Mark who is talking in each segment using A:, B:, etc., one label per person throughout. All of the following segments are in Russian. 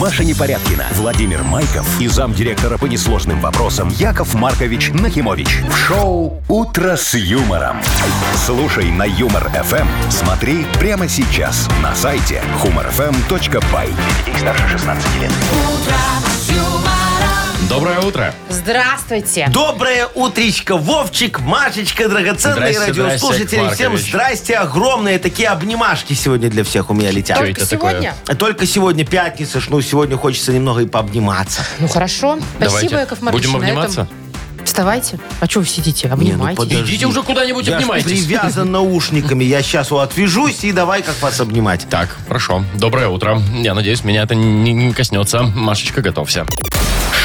A: Маша Непорядкина, Владимир Майков и замдиректора по несложным вопросам Яков Маркович Нахимович. В шоу «Утро с юмором». Слушай на «Юмор-ФМ». Смотри прямо сейчас на сайте humorfm.by. Для детей старше 16 лет.
B: Доброе утро.
C: Здравствуйте.
D: Доброе утречко, Вовчик, Машечка, драгоценные
B: Здрасте, здрасте,
D: радиослушатели.
B: Яков
D: Всем
B: Маркович.
D: здрасте, огромные такие обнимашки сегодня для всех у меня летят.
B: Чё
C: Только
B: это такое?
C: сегодня?
D: А Только сегодня пятница, ж, ну сегодня хочется немного и пообниматься.
C: Ну хорошо.
B: Давайте.
C: Спасибо, Яков Маркович.
B: Будем
C: на этом
B: обниматься? ну
C: Вставайте. А что вы сидите? Обнимайтесь.
D: подожди.
B: Идите уже куда-нибудь,
D: Я ж
B: обнимайтесь.
D: привязан наушниками, я сейчас отвяжусь и давай как вас обнимать.
B: Так, хорошо. Доброе утро. Я надеюсь, меня это не, не коснется. Машечка, готовься.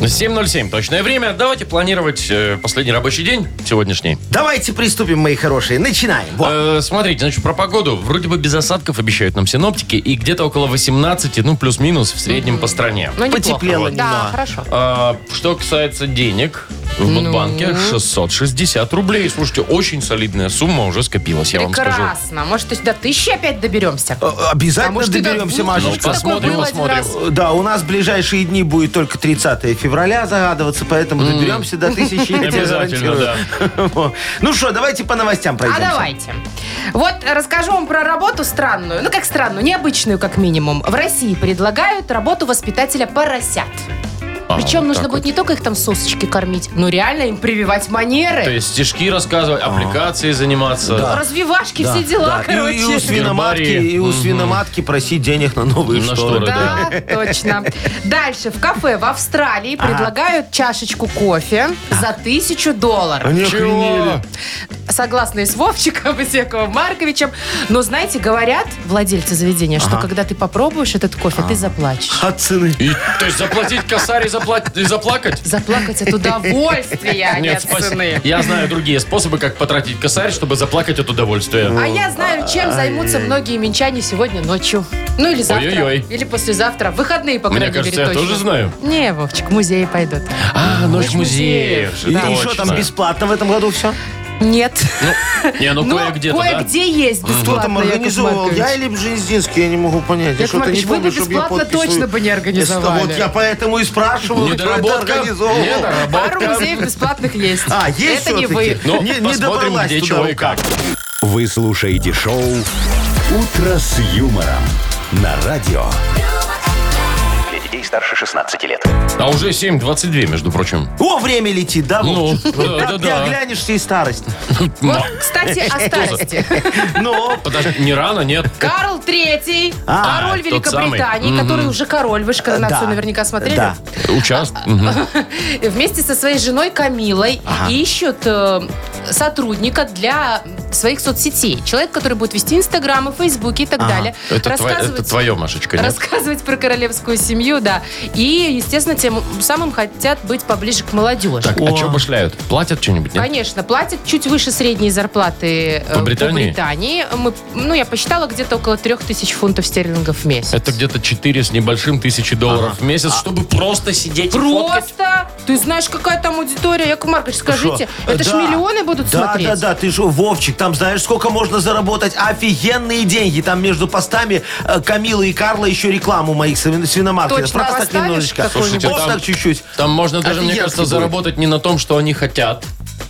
B: 7.07 точное время. Давайте планировать э, последний рабочий день сегодняшний.
D: Давайте приступим, мои хорошие, начинаем. Вот.
B: Э, смотрите, значит, про погоду. Вроде бы без осадков обещают нам синоптики. И где-то около 18, ну, плюс-минус в среднем по стране.
C: Ну, неплохо.
D: Потеплело
C: Да,
D: немного.
C: хорошо.
B: А, что касается денег, в
C: Ну.
B: Мудбанке 660 рублей. Слушайте, очень солидная сумма уже скопилась, я вам скажу.
C: Прекрасно. Может, то есть до тысячи опять доберемся?
D: Э,
C: А
D: Обязательно
C: может, и до
D: доберемся,
C: двух.
B: Ну,
C: Может,
D: Машечка.
C: такое
B: посмотрим,
C: было один
B: посмотрим.
C: раз.
D: Э, Да, у нас в ближайшие дни будет только 30 февраля загадываться, поэтому доберемся до тысячи, я тебе
B: Обязательно,
D: гарантирую. Вот. Ну что, давайте по новостям
C: А
D: пройдемся.
C: давайте. Вот расскажу вам про работу странную. Ну, как странную, необычную, как минимум. В России предлагают работу воспитателя поросят.
B: А,
C: Причем
B: вот
C: нужно
B: так
C: будет
B: вот.
C: не только их там сосочки кормить, но реально им прививать манеры.
B: То есть стишки рассказывать, аппликации заниматься.
C: Развивашки,
D: А. Да,
C: все дела,
D: А, да. И-
C: короче.
D: И, у свиноматки, и у
B: Гербарии.
D: свиноматки просить денег на новые
B: На шторы,
D: шторы.
B: да.
C: Да, точно. Дальше. В кафе в Австралии предлагают чашечку кофе за тысячу долларов.
D: Они
B: Чего?
D: охренели.
C: Согласны с Вовчиком и с Яковом Марковичем. Но, знаете, говорят владельцы заведения, что когда ты попробуешь этот кофе,
B: А.
C: ты заплачешь.
D: От цены.
B: И, то есть заплатить косарь и, запла- и заплакать?
C: Заплакать от удовольствия, а не от
B: спасибо.
C: цены.
B: Я знаю другие способы, как потратить косарь, чтобы заплакать от удовольствия.
C: А я знаю, чем займутся многие минчане сегодня ночью. Ну или завтра.
B: Ой-ой-ой.
C: Или послезавтра. Выходные, по крайней
B: Мне
C: мере,
B: кажется, я
C: точно.
B: тоже знаю.
C: Не, Вовчик, в музеи пойдут.
B: А, ночь музеев.
C: музеев.
D: И,
B: точно.
D: что там бесплатно в этом году все?
C: Нет.
B: Не, ну
C: Но
B: кое-где-то, да?
C: кое-где есть бесплатно,
D: Кто там
C: Яков
D: организовал?
C: Маркович.
D: Я или Бжезинский? Я не могу понять. Я
C: Яков
D: что-то
C: Маркович,
D: не
C: вы бы
D: помню, чтобы я
C: бесплатно
D: подпись свою-
C: точно бы не организовали.
D: Вот я поэтому и спрашиваю, кто это
B: Недоработка.
D: организовал.
C: Пару
B: Недоработка.
C: музеев бесплатных есть.
D: А, есть
C: Это не
D: все-таки.
C: вы.
B: Ну,
D: Не- не
B: посмотрим,
D: добралась
B: где,
D: туда
B: чего и
D: рука.
B: как.
A: Вы слушаете шоу «Утро с юмором» на радио. Для детей старше 16 лет.
B: А уже 7.22, между прочим.
D: О, время летит, да,
B: Ну,
D: Вовчик?
B: да, да,
D: Как не
B: да.
D: оглянешься и старость.
B: Ну,
C: Вот, кстати, о старости.
D: Ну,
B: Подожди, не рано, нет?
C: Карл Третий,
D: А,
C: король
B: тот
C: Великобритании, который уже король, вы же коронацию
D: Да.
C: наверняка смотрели.
D: Да.
B: Участ... Мгм.
C: Вместе со своей женой Камилой ищут э, сотрудника для своих соцсетей. Человек, который будет вести Инстаграмы, Фейсбуки и так далее.
B: Это, тво- это
C: Рассказывать-
B: твое, Машечка, нет?
C: Рассказывать про королевскую семью, да. И, естественно, тем самым хотят быть поближе к молодежи.
B: Так, а что башляют? Платят что-нибудь, нет?
C: Конечно, платят чуть выше средней зарплаты э,
B: По Британии?
C: Британии. Мы, ну, я посчитала, где-то около 3000 фунтов стерлингов в месяц.
B: Это где-то 4 с небольшим тысячи долларов в месяц, чтобы просто сидеть и фоткать.
C: А. Просто! Ты знаешь, какая там аудитория, Яков Маркович, скажите.
D: Шо? Э,
C: Это ж
D: Да.
C: миллионы будут
D: да,
C: смотреть.
D: Да, да, ты же, Вовчик, там знаешь, сколько можно заработать? Офигенные деньги. Там между постами э, Камилы и Карла еще рекламу моих свин- свиномаркетов.
C: Точно
D: Просто так
C: поставишь
D: немножечко.
C: какую-нибудь?
B: Слушайте,
D: вот
B: там-
D: так чуть-чуть.
B: Там можно даже, мне
D: Офигенски
B: кажется,
D: будет.
B: заработать не на том, что они хотят,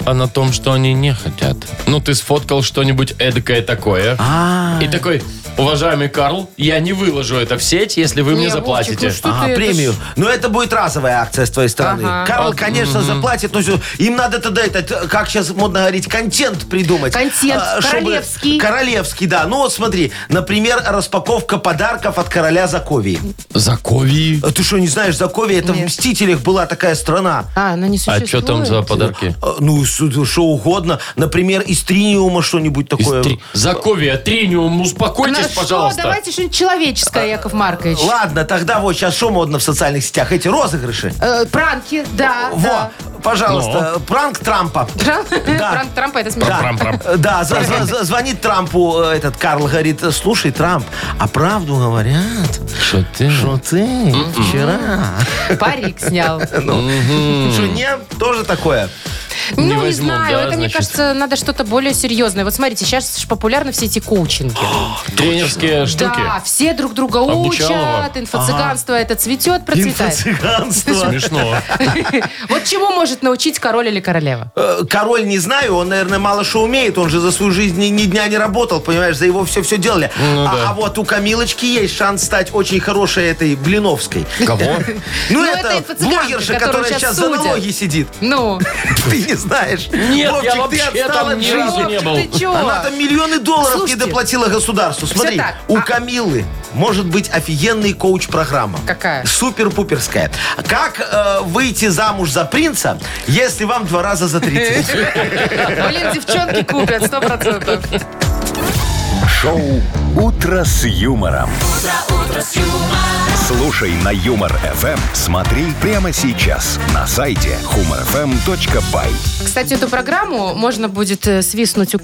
B: а на том, что они не хотят. Ну, ты сфоткал что-нибудь эдакое такое.
C: А.
B: И такой, уважаемый Карл, я не выложу это в сеть, если вы мне
C: Не, Вовчик,
B: заплатите.
C: ну что
D: А,
C: ты, это
D: премию.
C: ж-
D: Но это будет разовая акция с твоей стороны.
C: Ага.
B: А,
D: Карл, конечно, заплатит, но всё- им надо тогда этот, э, как сейчас модно говорить, контент придумать. А,
C: Контент,
D: чтобы-
C: королевский.
D: Королевский, да. Ну вот смотри, например, распаковка подарков от короля Заковии.
B: Закови.
D: А Ты что, не знаешь, Заковия, это в
C: Нет.
D: «Мстителях» была такая страна.
C: А, она не
B: А
C: существует.
B: что там за подарки?
D: А, Ну, с- что угодно. Например, из триниума что-нибудь такое.
B: Из три- Заковия, Триниум, успокойтесь, есть,
C: что?
B: пожалуйста. А,
C: Давайте что-нибудь человеческое, Яков Маркович.
D: Ладно, тогда вот сейчас что модно в социальных сетях? Эти розыгрыши.
C: Э, пранки, да, да.
D: Во, пожалуйста, пранк Трампа.
C: Трам-
D: Да.
C: Пранк Трампа, это смешно.
B: Прам, прам.
D: Э, Да, зв- зв- зв- звонит Трампу э, этот Карл, говорит, слушай, Трамп, а правду говорят,
B: Что ты?
D: что ты вчера...
C: Парик снял.
D: Жене тоже такое.
C: Ну,
B: Не
C: не,
B: возьмут,
C: знаю,
B: да,
C: это, мне
B: значит?
C: кажется, надо что-то более серьезное. Вот смотрите, сейчас же популярны все эти коучинги.
B: Тренерские А, штуки? А.
C: Да, все друг друга
B: Обучалова.
C: учат, инфо-цыганство это цветет, процветает.
D: Инфо-цыганство.
B: Смешно.
C: Вот чему может научить король или королева?
D: Э, Король не знаю, он, наверное, мало что умеет. Он же за свою жизнь ни, ни дня не работал, понимаешь, за его все-все делали. а,
B: Ну да.
D: а вот у Камилочки есть шанс стать очень хорошей этой Блиновской.
B: Кого?
D: Ну,
C: Ну, это
D: это
C: инфо-цыганка,
D: блогерша,
C: которую
D: которая
C: щас
D: сейчас за
C: судят.
D: налоги сидит.
C: Ну,
D: Ты не знаешь.
B: Нет,
D: Вовчик,
B: я вообще
D: ты отстал
B: там
D: от
B: ни
D: жизни.
B: разу не
C: Вовчик,
B: был.
C: ты чё?
D: Она там миллионы долларов
C: Слушайте,
D: не доплатила государству. Смотри,
C: так,
D: у
C: а-
D: Камилы может быть офигенный коуч-программа.
C: Какая?
D: Супер-пуперская. Как э, выйти замуж за принца, если вам два раза за 30?
C: блин, девчонки купят, сто процентов.
A: Шоу «Утро с юмором». Слушай на Юмор ФМ, смотри прямо сейчас на сайте humorfm.by.
C: Кстати, эту программу можно будет э, свистнуть у-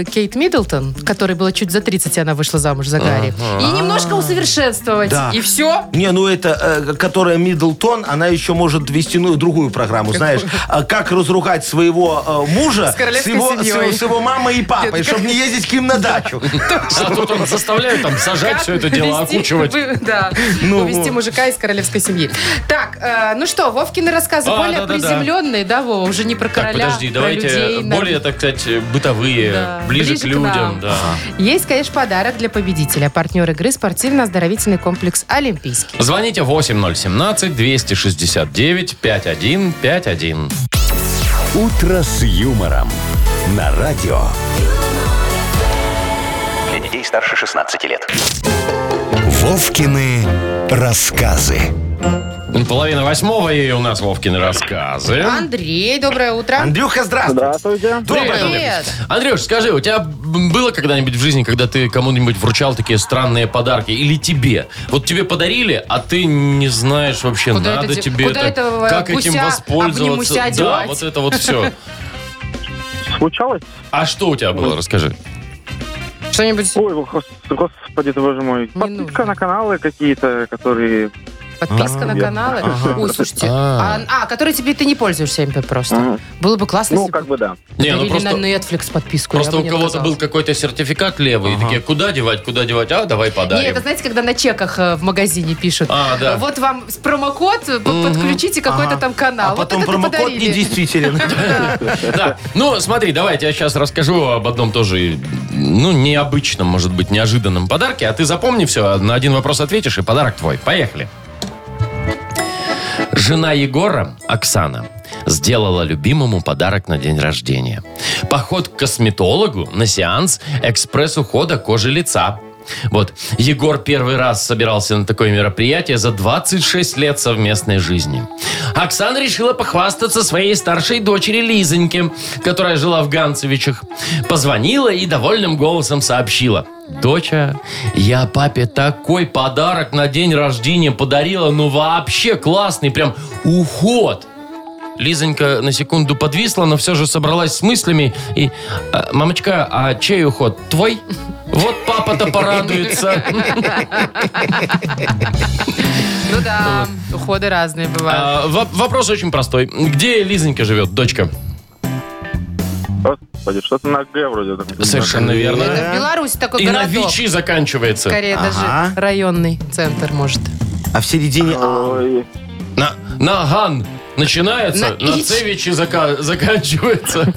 C: у Кейт Миддлтон, которой было чуть за 30, и она вышла замуж за Гарри. И немножко усовершенствовать.
D: Да.
C: И все.
D: Не, ну это, э, которая Миддлтон, она еще может вести ну, другую программу, знаешь. А Как разругать своего э, мужа
C: С королевской
D: его, с,
C: семьей.
D: его- с его мамой и папой,
C: Нет,
D: чтобы не ездить к ним на дачу.
B: А тут он заставляет там сажать все это дело, окучивать.
C: Да,
D: Ну,
C: увести
D: вот.
C: мужика из королевской семьи. Так, э, ну что, Вовкины рассказы
B: А,
C: более
B: да-да-да.
C: приземленные, да, Вова? Уже не про
B: Так,
C: короля,
B: подожди,
C: про
B: давайте
C: людей, на-
B: более, так сказать, бытовые,
C: Да,
B: ближе, к
C: ближе к
B: людям.
C: нам.
B: Да.
C: Есть, конечно, подарок для победителя. Партнер игры спортивно-оздоровительный комплекс «Олимпийский».
B: Звоните 8017-269-5151.
A: «Утро с юмором» на радио.
E: Для детей старше 16 лет.
A: Вовкины рассказы.
B: Половина восьмого и у нас Вовкины рассказы.
C: Андрей, доброе утро.
D: Андрюха, здравствуй. А
F: Здравствуйте.
B: Привет, Андрей.
C: Привет.
B: Андрюш, скажи, у тебя б- было когда-нибудь в жизни, когда ты кому-нибудь вручал такие странные подарки? Или тебе? Вот тебе подарили, а ты не знаешь вообще,
C: Куда
B: надо
C: это де-
B: тебе
C: куда
B: это,
C: этого
B: как этим
C: гуся, обнимуся
B: воспользоваться. Да,
C: одевать?
B: вот это вот все.
F: Случалось?
B: А что у тебя было, расскажи.
C: Что-нибудь
F: Ой, гос- господи, ты боже мой.
C: нужно.
F: Подписка на каналы какие-то, которые...
C: Подписка
D: А,
C: на
F: верно.
C: каналы. Ой, слушайте.
B: А.
C: А, а, которые тебе ты не пользуешься, МП, просто.
F: Мгм.
C: Было бы классно,
F: Ну,
C: если бы
F: как бы да.
B: Не, ну
C: подарили на
B: просто...
C: Netflix подписку. я
B: Просто
C: бы
B: у
C: не
B: кого-то был
C: отказалась.
B: какой-то сертификат левый. И такие, куда девать, куда девать? А, давай
C: Не,
B: подарим.
C: это знаете, когда на чеках э, в магазине пишут.
B: А, да.
C: Ну, Вот вам с- промокод, э, п- подключите какой-то там канал.
D: А
C: вот
D: потом
C: это ты
D: промокод
C: подарили.
D: недействителен.
B: Да. Ну, смотри, давайте я сейчас расскажу об одном тоже, ну, необычном, может быть, неожиданном подарке. А ты запомни все, на один вопрос ответишь, и подарок твой. Поехали. Жена Егора, Оксана, сделала любимому подарок на день рождения. Поход к косметологу на сеанс экспресс-ухода кожи лица. Вот, Егор первый раз собирался на такое мероприятие за 26 лет совместной жизни. Оксана решила похвастаться своей старшей дочери Лизоньке, которая жила в Ганцевичах. Позвонила и довольным голосом сообщила. Доча, я папе такой подарок на день рождения подарила, ну вообще классный, прям уход. Лизонька на секунду подвисла, но все же собралась с мыслями и... «А, Мамочка, а чей уход? Твой? Вот папа-то порадуется.
C: Ну да, уходы разные бывают.
B: А, воп- Вопрос очень простой. Где Лизонька живет, дочка?
F: Господи, что-то на Г вроде. там.
B: Совершенно верно.
C: Это в Беларуси такой
B: А, И на
C: городок.
B: Вичи заканчивается.
C: Скорее
D: Ага.
C: даже районный центр, может.
D: А в середине... А.
F: Ой,
B: На, на Ган начинается,
C: На
B: на,
C: Ич.
B: Цевичи зака- заканчивается.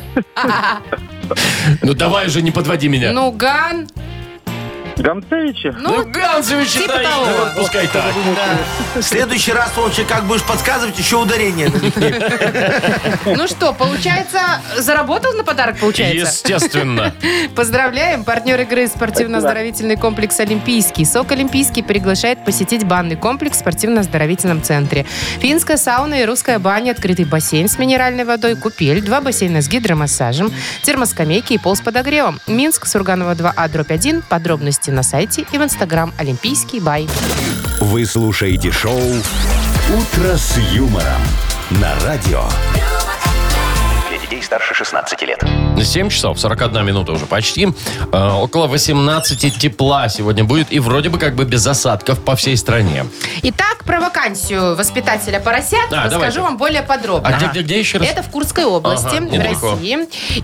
B: Ну давай уже, не подводи меня.
C: Ну, Ган.
F: Гамцевичи?
B: Ну,
C: Ну,
B: Ганцевичи,
C: типа
B: да,
C: того.
B: и вот пускай так.
D: В следующий раз, Вовчик, как будешь подсказывать, еще ударение.
C: ну что, получается, заработал на подарок, получается?
B: Естественно.
C: Поздравляем! Партнер игры спортивно-оздоровительный комплекс «Олимпийский». СОК «Олимпийский» приглашает посетить банный комплекс в спортивно-оздоровительном центре. Финская сауна и русская баня, открытый бассейн с минеральной водой, купель, два бассейна с гидромассажем, термоскамейки и пол с подогревом. Минск, Сурганова 2А, дробь 1. Подробности ищите на сайте и в Инстаграм Олимпийский бай.
A: Вы слушаете шоу «Утро с юмором» на радио.
E: Для детей старше 16 лет.
B: 7 часов 41 минута уже почти. Э, около 18 тепла сегодня будет. И вроде бы как бы без осадков по всей стране.
C: Итак, про вакансию воспитателя поросят
B: Да,
C: расскажу
B: давайте.
C: вам более подробно.
B: А где- где- где еще раз?
C: Это в Курской области,
B: Ага,
C: в
B: недалеко.
C: России.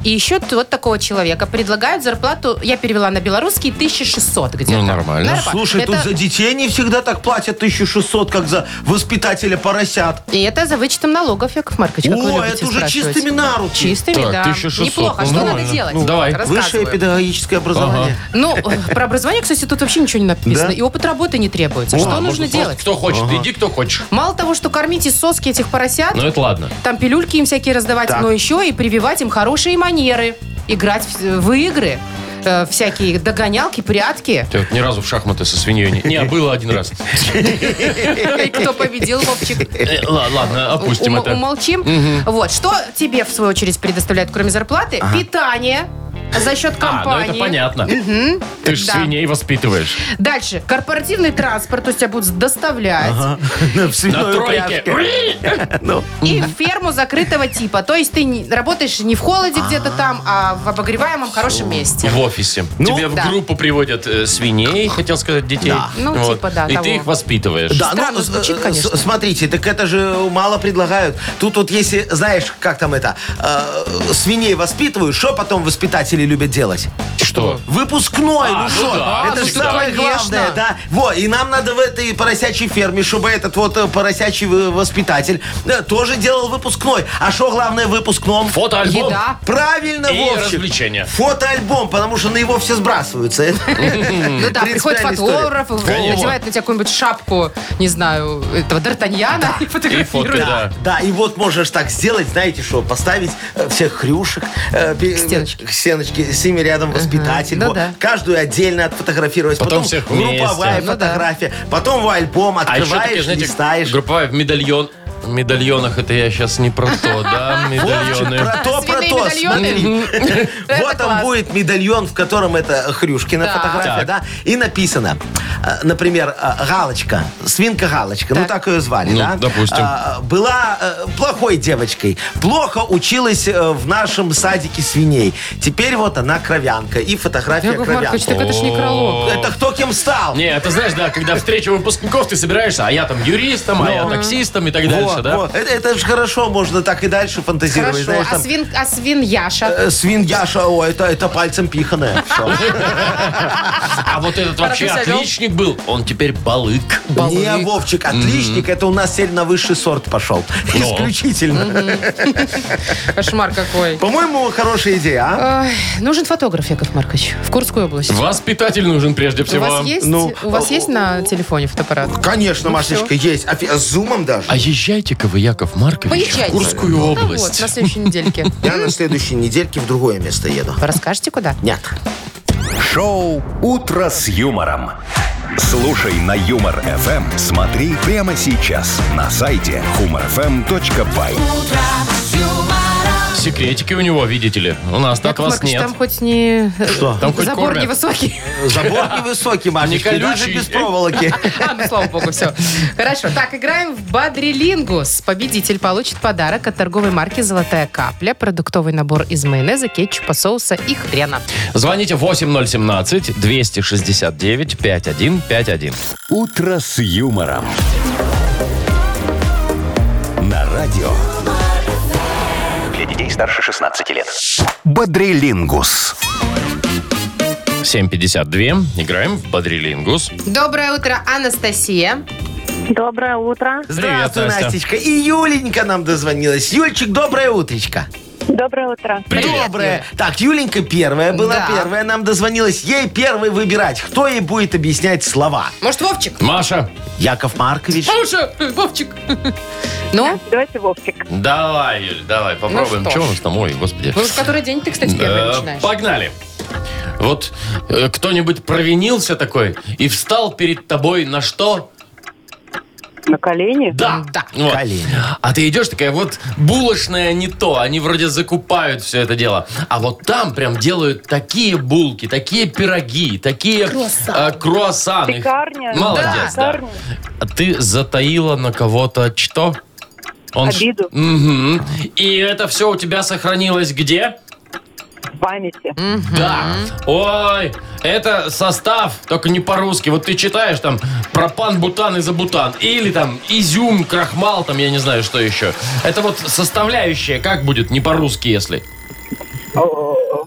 C: И еще т- вот такого человека предлагают зарплату, я перевела на белорусский, 1600 где-то.
B: Ну, нормально.
D: Слушай,
C: это,
D: тут за детей не всегда так платят 1600, как за воспитателя поросят.
C: И это за вычетом налогов, Яков Маркович, как вы
D: О,
C: любите
D: это уже
C: спрашивать.
D: чистыми на руки.
C: Чистыми,
B: Так,
C: да.
B: 1600,
C: Неплохо.
B: ну,
C: что
B: нормально.
C: надо делать?
B: Ну, давай.
D: Высшее
C: Рассказываю.
D: педагогическое образование.
C: Ну, э, про образование, кстати, тут вообще ничего не написано.
D: Да?
C: И опыт работы не требуется. Что нужно делать?
B: а, Кто хочет, иди, кто хочешь.
C: Мало того, что кормить из соски этих поросят,
B: Ну это ладно.
C: там пилюльки им всякие раздавать,
D: Так.
C: но еще и прививать им хорошие манеры, играть в, в игры, э, всякие догонялки, прятки.
B: Ты вот ни разу в шахматы со свиньей не... Не, было один раз.
C: И Кто победил, Вовчик?
B: Э, ла- Ладно, опустим
C: Умо-
B: это.
C: Умолчим. Вот. Что тебе, в свою очередь, предоставляют, кроме зарплаты? Питание за счет
B: А, ну это
C: компании.
B: понятно. Ты же
C: Да.
B: свиней воспитываешь.
C: Дальше. Корпоративный транспорт, то есть тебя будут доставлять.
D: В
B: На
D: свиной
B: тройке.
D: упряжке. Ну,
C: И ферму закрытого типа. То есть ты не- работаешь не в холоде где-то там, а в обогреваемом хорошем месте.
B: В офисе.
D: Ну
B: Тебе в
C: да.
B: группу приводят э, свиней, хотел сказать, детей.
C: Ну,
B: Вот.
C: типа, да,
B: И
C: того.
B: ты их воспитываешь.
D: Да,
C: Странно
D: ну,
C: звучит,
D: э, э,
C: конечно.
D: с- Смотрите, так это же мало предлагают. Тут вот если, знаешь, как там это, э, свиней воспитывают, что потом воспитатели любят делать?
B: Что?
D: Выпускной,
B: А, ну
D: ну что?
B: да,
D: это же
B: всегда.
D: самое
C: Конечно.
D: главное, да? Во, и нам надо в этой поросячей ферме, чтобы этот вот э, поросячий э, воспитатель э, тоже делал выпускной. А что главное в выпускном?
B: Фотоальбом.
C: Еда.
D: Правильно,
B: И
D: Вовчик.
B: развлечения.
D: Фотоальбом, потому что на его все сбрасываются.
C: Ну да, приходит
D: Принципиальная
C: фотограф,
B: Конечно.
C: надевает на тебя какую-нибудь шапку, не знаю, этого Д'Артаньяна и
B: И фото,
C: фотографирует.
B: да.
D: Да, и вот можешь так сделать, знаете что, поставить э, всех хрюшек, э, пе-
C: К стеночке.
D: к стеночке, с ними рядом воспитатель.
C: Да,
D: вот.
C: да.
D: Каждую отдельно отфотографировать.
B: Потом всех вместе.
D: групповая
C: Ну да.
D: фотография. Потом в альбом
B: А еще
D: открываешь,
B: такие, знаете,
D: листаешь.
B: групповая в медальон. В медальонах это я сейчас не про то, да,
D: Вовчик,
B: медальоны.
D: про то, про
C: А, Свиные
D: то.
C: медальоны?
D: смотри.
C: Это
D: Вот
C: класс.
D: там будет медальон, в котором это Хрюшкина
C: Так.
B: Так.
D: фотография, да? И написано, э, например, э, Галочка, свинка Галочка, ну так ее звали,
B: Ну,
D: да?
B: допустим.
D: А, Была э, плохой девочкой, плохо училась э, в нашем садике свиней. Теперь вот она кровянка и фотография
C: Яков Маркович,
D: кровянки.
C: так это ж не кролог.
D: Это кто кем стал?
B: Не, это знаешь, да, когда встреча выпускников, ты собираешься, а я там юристом, а я таксистом и так дальше,
D: Ну. Вот,
B: да?
D: вот. Это, это же хорошо, можно так и дальше фантазировать.
C: Хорошо.
D: знаешь,
C: А
D: там,
C: свин, а свин Яша?
D: э, Свин Яша, о, это, это пальцем пиханое. Всё.
B: А вот этот вообще
C: Парадокс орел.
B: отличник был, он теперь балык.
D: Не, Вовчик, отличник, это у нас сель на высший сорт пошел.
B: Ну.
D: Исключительно.
C: Кошмар какой.
D: По-моему, хорошая идея, а?
C: Ой, нужен фотограф, Яков Маркович, в Курскую область.
B: Воспитатель нужен прежде
C: У
B: всего.
C: вас есть,
D: ну,
C: у вас есть на телефоне фотоаппарат?
D: Конечно, Машечка, есть. А фи- а с зумом даже.
B: А езжайте-ка вы, Яков Маркович,
C: Поезжайте.
B: в Курскую
C: Ну вот,
B: область.
C: на следующей недельке.
D: Я на следующей недельке в другое место еду.
C: Расскажете, куда?
D: Нет.
A: Шоу «Утро с юмором». Слушай на Юмор ФМ. Смотри прямо сейчас на сайте humorfm.by.
B: Секретики у него, видите ли. У нас так
C: Яков
B: вас
C: Маркович,
B: нет.
C: там хоть не... э,
D: Что?
B: Там хоть
C: Забор
B: кормят.
C: невысокий.
D: Забор невысокий, Машечка, и даже
B: колючий.
D: без проволоки.
C: А, ну, слава богу, все. Хорошо. Так, играем в Бадрилингус. Победитель получит подарок от торговой марки «Золотая капля», продуктовый набор из майонеза, кетчупа, соуса и хрена.
B: Звоните 8017-269-5151.
A: «Утро с юмором». На радио
E: Для детей старше 16 лет.
A: «Бодрилингус».
B: 752. Играем в Бодрилингус.
C: Доброе утро, Анастасия.
G: Доброе утро.
D: Здравствуй,
B: Настя.
D: Настечка. И Юленька нам дозвонилась. Юльчик, доброе утречко.
G: Доброе утро.
B: Привет.
D: Доброе. Так, Юленька первая была,
C: Да.
D: первая нам дозвонилась. Ей первой выбирать, кто ей будет объяснять слова.
C: Может, Вовчик?
B: Маша,
D: Яков Маркович.
C: Маша, Вовчик. Ну,
G: Давайте Вовчик.
B: давай, Юль, давай, попробуем.
C: что
B: Чего
C: ж.
B: у нас там? Ой, господи.
C: ну, уже который день ты, кстати, первый
B: Э,
C: начинаешь.
B: Погнали. Вот э, кто-нибудь провинился такой и встал перед тобой на что?
G: На колени?
B: Да.
C: Да.
B: Вот.
D: Колени.
B: А ты идешь такая, вот булочная не то, они вроде закупают все это дело, а вот там прям делают такие булки, такие пироги, такие э, круассаны.
G: Пекарня.
B: Молодец, да.
G: Да, пекарня.
B: А Ты затаила на кого-то что? Он ш-
G: Обиду.
B: Мгм. И это все у тебя сохранилось где?
G: В памяти.
B: Да. Ой, это состав, только не по-русски. Вот ты читаешь там пропан, бутан, изобутан. Или там изюм, крахмал, там я не знаю, что еще. Это вот составляющая, как будет не по-русски, если?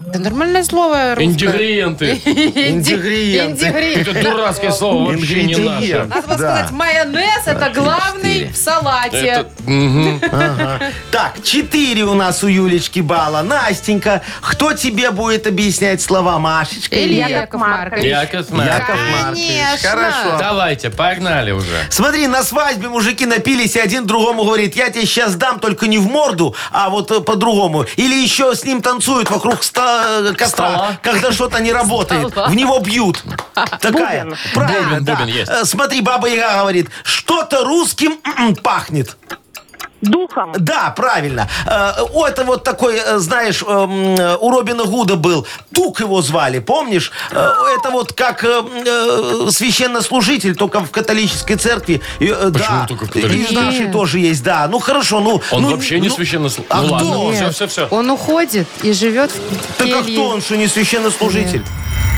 C: Да нормальное слово русское.
B: Ингредиенты.
C: Инди-
D: Ингредиенты.
C: Ингредиенты.
B: Это дурацкое слово вообще не наше.
D: Ингредиент.
C: Надо было
D: Да.
C: сказать, майонез это главный в салате.
B: Это- мгм.
D: Так, 4 у нас у Юлечки балла. Настенька, кто тебе будет объяснять слова Машечка?
C: Или
G: Яков
C: Яков Маркович.
B: Яков Маркович.
D: Яков Маркович.
C: Конечно.
D: Хорошо.
B: Давайте, погнали уже.
D: Смотри, на свадьбе мужики напились, и один другому говорит, я тебе сейчас дам, только не в морду, а вот э, по-другому. Или еще с ним танцуют вокруг ста- э, костра,
B: Стола.
D: когда что-то не работает. В него бьют. Такая. Правильно,
B: Бубен,
D: да.
B: бубен есть.
D: Э, Смотри, баба Яга говорит, что-то русским м-м, пахнет.
G: Духом.
D: Да, правильно. Э, о, Это вот такой, э, знаешь, эм, э, у Робина Гуда был. Тук его звали, помнишь? Э, Это вот как э, м, э, священнослужитель, только в католической церкви. И, э, да.
B: только в католической?
D: И в нашей тоже есть, да. Ну хорошо, ну...
B: Он
D: ну,
B: вообще не
D: ну,
B: священнослужитель.
D: А
B: Ну
D: кто?
B: ладно,
D: Нет.
B: все, все, все.
C: Он уходит и живет в
D: Так а
C: келье.
D: кто он, что не священнослужитель?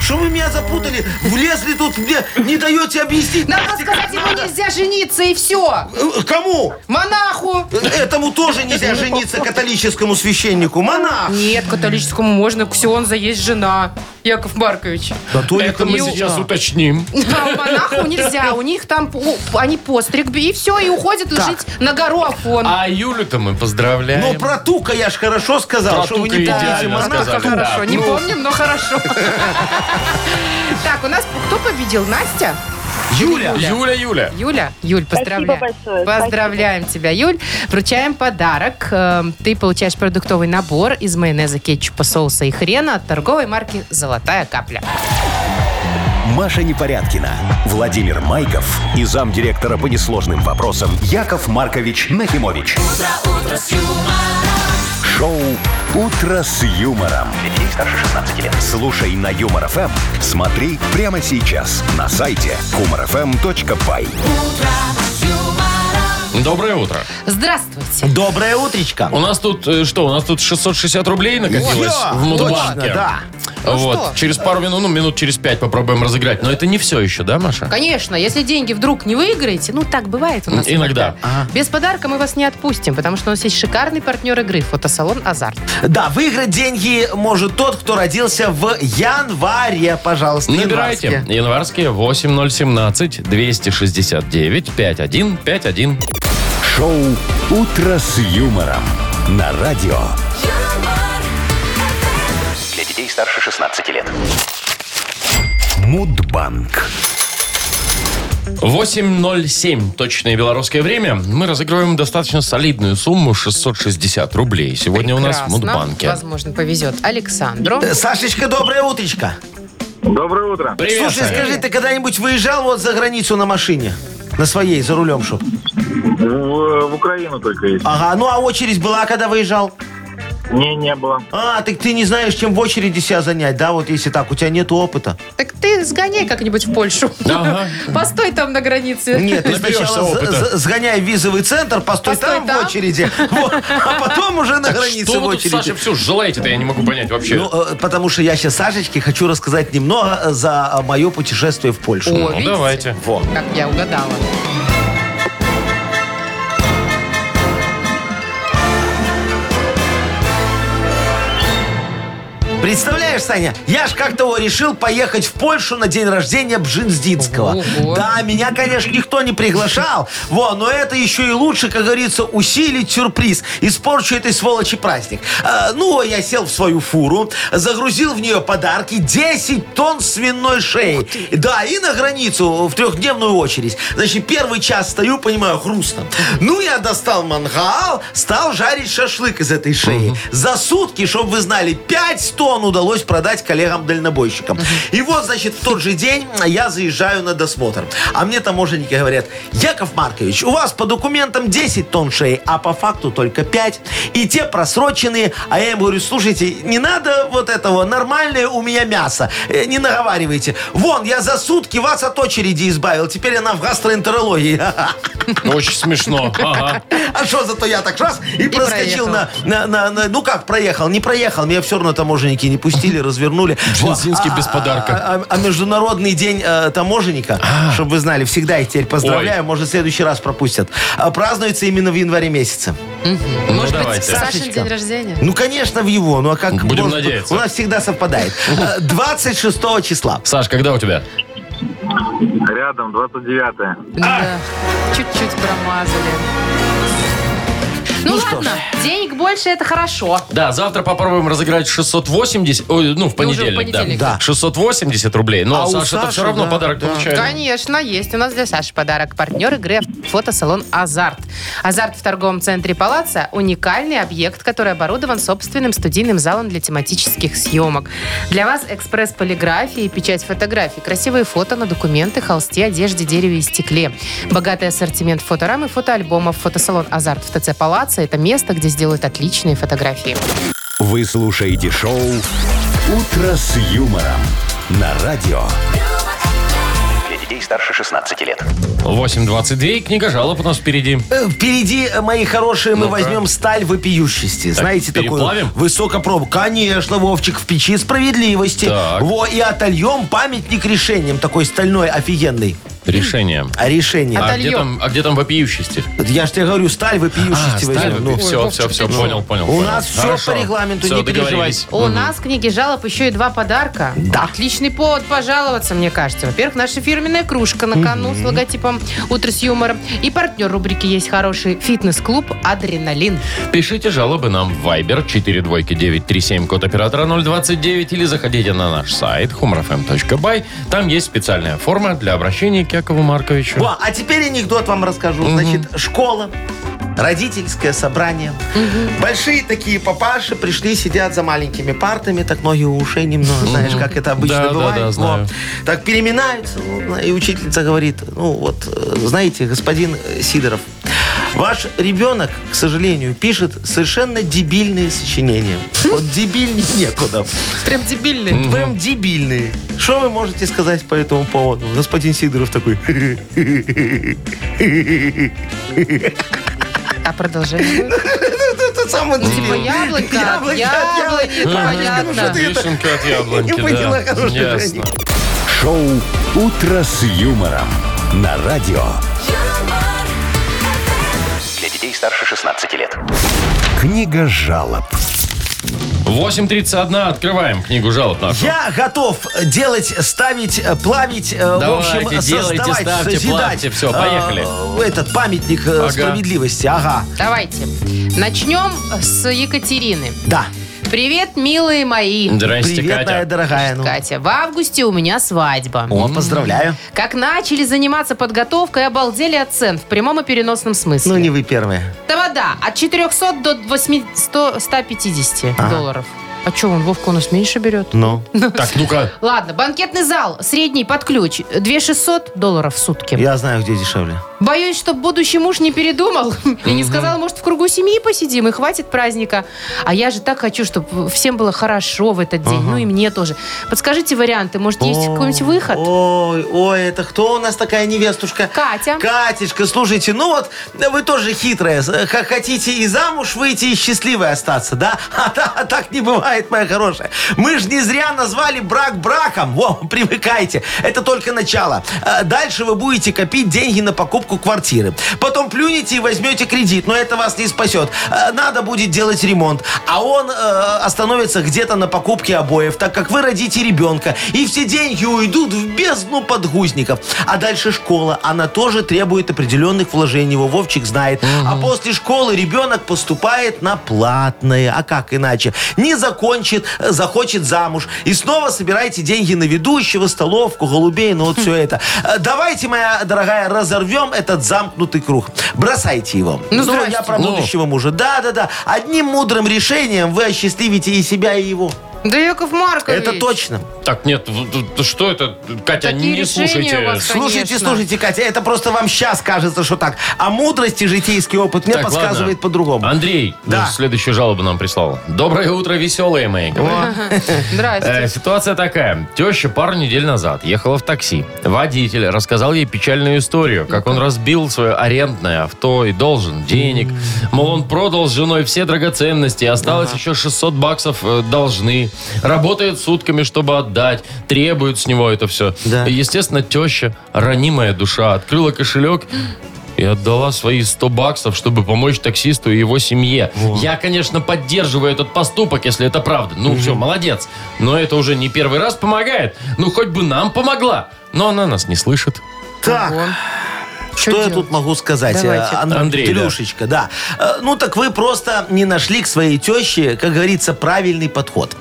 D: Что вы меня запутали? Влезли тут, мне не даете объяснить.
C: Надо было сказать, А ему нельзя жениться и все.
D: Э, Кому?
C: Монаху.
D: Э, Этому тоже нельзя жениться католическому священнику. Монах.
C: Нет, католическому можно, ксенза есть жена. Яков Маркович.
D: Да то
B: Это мы сейчас уточним.
C: А монаху нельзя, у них там, у- они постриг, и все, и уходят жить на гору Афон.
B: А Юлю-то мы поздравляем.
D: Но про тука я ж хорошо сказал,
B: Про
D: что вы
B: тука
D: не помните
B: идеально
D: монаха.
B: сказали.
D: Тука.
C: Хорошо, не
D: Ну,
C: помним, но хорошо. Так, у нас кто победил? Настя?
D: Юля,
B: Юля, Юля.
C: Юля? Юль, поздравляем.
G: большое,
C: Поздравляем тебя, Юль. Вручаем подарок. Эм, Ты получаешь продуктовый набор из майонеза, кетчупа, соуса и хрена от торговой марки «Золотая капля».
A: Маша Непорядкина, Владимир Майков и замдиректора по несложным вопросам Яков Маркович Нахимович. Шоу Утро с юмором.
E: Детей старше 16 лет.
A: Слушай на Юмор ФМ. Смотри прямо сейчас на сайте humorfm.by.
B: Доброе утро.
C: Здравствуйте.
D: доброе утречко.
B: У нас тут, э, что, у нас тут 660 рублей накопилось
D: Всё,
B: в Мудбанке.
D: точно, да.
C: Ну
B: вот,
C: что?
B: через пару минут, ну, минут через пять попробуем разыграть. Но это не все еще, да, Маша?
C: Конечно, если деньги вдруг не выиграете, ну так бывает у нас.
B: Иногда.
C: Без подарка мы вас не отпустим, потому что у нас есть шикарный партнер игры фотосалон «Азарт».
D: Да, выиграть деньги может тот, кто родился в январе, пожалуйста.
B: Набирайте.
D: январске.
B: Январские 8017-269-5151.
A: Шоу Утро с юмором на радио.
E: Для детей старше 16 лет.
A: Мудбанк.
B: 8.07, точное белорусское время. Мы разыгрываем достаточно солидную сумму 660 рублей. Сегодня у нас в
C: Прекрасно.
B: Мудбанке.
C: Возможно, повезет Александру.
D: Э, Сашечка, доброе утречко.
F: Доброе утро.
B: Привет,
D: Слушай,
B: Саня.
D: скажи, ты когда-нибудь выезжал вот за границу на машине? На своей, за рулем, чтоб.
F: В, в Украину только есть.
D: Ага, ну а очередь была, когда выезжал?
F: Не, не было.
D: А, так ты не знаешь, чем в очереди себя занять, да, вот если так, у тебя нет опыта.
C: Так ты сгоняй как-нибудь в Польшу.
B: Ага.
C: Постой там на границе.
D: Нет, ты
B: Наберешься
D: сначала
B: опыта.
D: з- з- сгоняй в визовый центр, постой,
C: Постой
D: там,
C: там.
D: в очереди, вот, а потом уже на
B: Так
D: границе
B: что
D: в
B: вы тут, Саша,
D: очереди.
B: все желаете-то, я не могу понять вообще.
D: Ну, э, потому что я сейчас Сашечке хочу рассказать немного э, за э, мое путешествие в Польшу.
C: О,
B: Ну,
C: видите?
B: давайте.
C: Как я угадала.
D: Представляешь, Саня, я ж как-то о, решил поехать в Польшу на день рождения Бжинздинского.
C: Ого.
D: Да, меня, конечно, никто не приглашал. Во, но это еще и лучше, как говорится, усилить сюрприз. Испорчу этой сволочи праздник. А, ну, я сел в свою фуру, загрузил в нее подарки 10 тонн свиной шеи. Да, и на границу в трехдневную очередь. Значит, первый час стою, понимаю, хрустно. Ну, я достал мангал, стал жарить шашлык из этой шеи. За сутки, чтобы вы знали, 5 тонн он удалось продать коллегам-дальнобойщикам. И вот, значит, в тот же день я заезжаю на досмотр. А мне таможенники говорят, Яков Маркович, у вас по документам 10 тонн шеи, а по факту только 5. И те просроченные. А я им говорю, слушайте, не надо вот этого, нормальное у меня мясо. Э, Не наговаривайте. Вон, я за сутки вас от очереди избавил. Теперь она в гастроэнтерологии.
B: Ну, Очень смешно. Ага.
D: А что, зато я так раз и, проскочил на, на- на- на- Ну как, проехал, не проехал. Меня все равно таможенники не пустили, развернули.
B: Бжезинский
D: Во, а-
B: без
D: а-
B: подарка. А.
D: А, а Международный день э, таможенника, чтобы вы знали, всегда их теперь поздравляю,
B: Ой.
D: может, в следующий раз пропустят. А, Празднуется именно в январе месяце.
B: Ну,
C: Может быть,
B: давайте.
C: Сашин
D: Сашечка.
C: день рождения?
D: Ну, конечно, в его. Ну, а как...
B: Будем
D: может быть?
B: надеяться.
D: У нас всегда совпадает. Э, 26 числа.
B: Саш, когда у тебя?
F: Рядом, 29-е.
C: Да. Чуть-чуть промазали. Ну, ладно, денег больше это хорошо.
B: Да, завтра попробуем разыграть 680, ой, ну, в понедельник,
C: понедельник.
B: да.
D: Да.
B: 680 рублей. Но
D: А у
B: Саша-то
D: Саши,
B: все равно
D: да,
B: подарок
D: да.
B: получает.
C: Конечно, есть у нас для Саши подарок. Партнер игры фотосалон «Азарт». «Азарт» в торговом центре «Палаца» – уникальный объект, который оборудован собственным студийным залом для тематических съемок. Для вас экспресс полиграфии, печать фотографий, красивые фото на документы, холсте, одежде, дереве и стекле. Богатый ассортимент фоторам и фотоальбомов. Фотосалон «Азарт» в ТЦ «Палаца» – это место, где сделают отличные фотографии.
A: Вы слушаете шоу «Утро с юмором» на радио.
E: Для детей старше 16 лет.
B: 8.22, и книга жалоб у нас впереди.
D: Э, Впереди, э, мои хорошие, мы
B: Ну-ка.
D: возьмем сталь вопиющести. Знаете, такую
B: переплавим?
D: высокопроб. Конечно, Вовчик, в печи справедливости.
B: Так.
D: Во, и отольем памятник решением. Такой стальной, офигенный.
B: Решение.
D: А решение.
B: А где,
C: Отольем.
B: там, а где там вопиющести?
D: Я же тебе говорю, сталь
B: А,
D: вопиющести
B: сталь,
D: возьмем. Ну,
B: все, все, все, понял, понял.
D: У
B: понял.
D: нас всё
B: Хорошо.
D: по регламенту,
B: Всё,
D: не переживай.
B: договорились.
C: У нас в книге жалоб еще и два подарка.
D: Да.
C: Отличный повод пожаловаться, мне кажется. Во-первых, наша фирменная кружка на кону с логотипом «Утро с юмором». И партнер рубрики есть хороший фитнес-клуб «Адреналин».
B: Пишите жалобы нам в Viber 42937, код оператора 029, или заходите на наш сайт humorfm.by. Там есть специальная форма для обращения к Якову Марковичу.
D: Во, а теперь анекдот вам расскажу. Значит, школа, родительское собрание. Большие такие папаши пришли, сидят за маленькими партами, так ноги у ушей немного, знаешь, как это
B: Да,
D: обычно
B: да,
D: бывает.
B: да,
D: Во.
B: знаю.
D: Так переминаются, ну, и учительница говорит, ну вот, э, знаете, господин э, Сидоров, ваш ребенок, к сожалению, пишет совершенно дебильные сочинения. Вот дебильнее некуда.
C: Прям дебильный.
D: Прям дебильные. Что вы можете сказать по этому поводу? Господин Сидоров такой.
C: А продолжение? будет?
D: Это самое
C: Типа
D: дебильное.
C: яблоко, от
D: Яблоко от
C: яблони,
B: Мгм.
D: яблони. ну что
C: понятно.
D: ты это-
B: Вишенка от яблоньки,
D: Не поняла,
B: да.
D: хороший
B: Ясно.
A: Шоу «Утро с юмором» на радио.
H: юмор,
E: Для детей старше 16 лет.
A: Книга жалоб.
B: 8.31, открываем книгу жалоб нашу.
D: Я готов делать, ставить, э, плавить, э, в
B: Давайте,
D: общем,
B: делайте,
D: создавать,
B: ставьте,
D: созидать,
B: плавьте, всё,
D: э,
B: поехали.
D: Этот памятник э,
B: Ага.
D: справедливости, ага,
C: Давайте. Начнем с Екатерины.
D: да.
C: Привет, милые мои.
B: Здрасте,
D: Привет, моя
B: Катя.
D: дорогая. ну.
C: Катя, в августе у меня свадьба.
D: О, поздравляю.
C: Как начали заниматься подготовкой, обалдели от цен в прямом и переносном смысле.
D: Ну, не вы первые.
C: Да вода от 400 до 800, 150
D: Ага.
C: долларов. А что, он Вовка у нас меньше берет?
D: Ну,
B: Так, ну-ка.
C: Ладно, банкетный зал, средний под ключ, 2600 долларов в сутки.
D: я знаю, где дешевле.
C: Боюсь, что будущий муж не передумал и не сказал, может, в кругу семьи посидим и хватит праздника. А я же так хочу, чтобы всем было хорошо в этот день, ну и мне тоже. Подскажите варианты, может, есть какой-нибудь выход?
D: Ой, ой, это кто у нас такая невестушка?
C: Катя.
D: Катюшка, слушайте, ну вот да вы тоже хитрая. С- э, х- Хотите и замуж выйти, и счастливой остаться, да? А, та- а так не бывает, моя хорошая. Мы же не зря назвали брак браком. Во, привыкайте. Это только начало. А Дальше вы будете копить деньги на покупку квартиры. Потом плюнете и возьмете кредит, но это вас не спасет. А Надо будет делать ремонт. А он э, остановится где-то на покупке обоев, так как вы родите ребенка. И все деньги уйдут в бездну подгузников. А дальше школа. Она тоже требует определенных вложений. Его Вовчик знает. А после школы ребенок поступает на платное. А как иначе? Не закончит, э, захочет замуж. И снова собирайте деньги на ведущего, столовку, голубей, ну вот
C: Хм.
D: все это. Э, Давайте, моя дорогая, разорвем этот замкнутый круг. Бросайте его.
C: Ну, здрасте.
D: я про
B: Ну.
D: будущего мужа. Да, да, да. Одним мудрым решением вы осчастливите и себя, и его.
C: Да Яков Маркович.
D: Это точно.
B: Так, нет, в- в- что это, Катя,
C: Такие
B: не
C: решения
B: слушайте.
C: у вас,
D: Слушайте,
C: Конечно.
D: слушайте, Катя, это просто вам сейчас кажется, что так. А мудрость и житейский опыт мне
B: Так,
D: подсказывает
B: ладно.
D: по-другому.
B: Андрей
D: Да.
B: э, следующую жалобу нам прислал. Доброе утро, веселые мои. говорит. Э,
C: Здрасте.
B: ситуация такая. Теща пару недель назад ехала в такси. Водитель рассказал ей печальную историю, как он разбил свое арендное авто и должен денег. Мол, он продал с женой все драгоценности, осталось еще 600 баксов э, должны. Работает сутками, чтобы отдать. Требует с него это все.
D: Да.
B: И, естественно, теща, ранимая душа, открыла кошелек и отдала свои 100 баксов, чтобы помочь таксисту и его семье. Я, конечно, поддерживаю этот поступок, если это правда. Ну все, молодец. Но это уже не первый раз помогает. Ну хоть бы нам помогла. Но она нас не слышит.
D: Так, Что, я
C: делать?
D: тут могу сказать,
C: Давайте.
D: э, Ан-
B: Андрей, да.
D: Андрюшечка, да. Э, Ну так вы просто не нашли к своей теще, как говорится, правильный подход.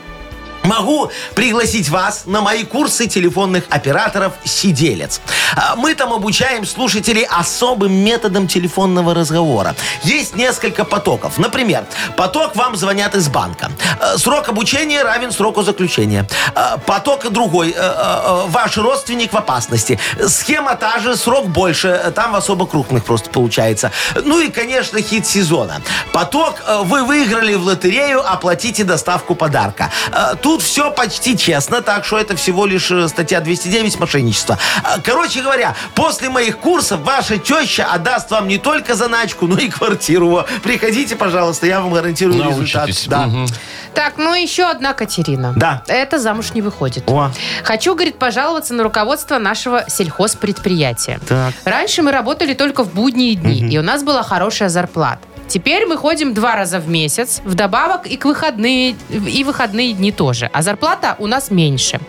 D: Могу пригласить вас на мои курсы телефонных операторов «Сиделец». А, Мы там обучаем слушателей особым методом телефонного разговора. Есть несколько потоков. Например, поток «Вам звонят из банка». Э, Срок обучения равен сроку заключения. Э, Поток другой. э, э, Ваш родственник в опасности. Схема та же, срок больше. Э, Там в особо крупных просто получается. Ну и, конечно, хит сезона. Поток э, вы выиграли в лотерею, оплатите доставку подарка. Э, Тут все почти честно, так что это всего лишь э, статья 209 мошенничества. Э, Короче говоря, после моих курсов ваша теща отдаст вам не только заначку, но и квартиру. Во, Приходите, пожалуйста, я вам гарантирую результат.
B: Научитесь.
D: Да.
B: Мгм.
C: Так, ну еще одна Катерина.
D: Да.
C: Это замуж не выходит.
D: О.
C: Хочу, говорит, пожаловаться на руководство нашего сельхозпредприятия.
D: Так.
C: Раньше мы работали только в будние дни, и у нас была хорошая зарплата. Теперь мы ходим два раза в месяц, вдобавок и к выходные, и выходные дни тоже. А зарплата у нас меньше.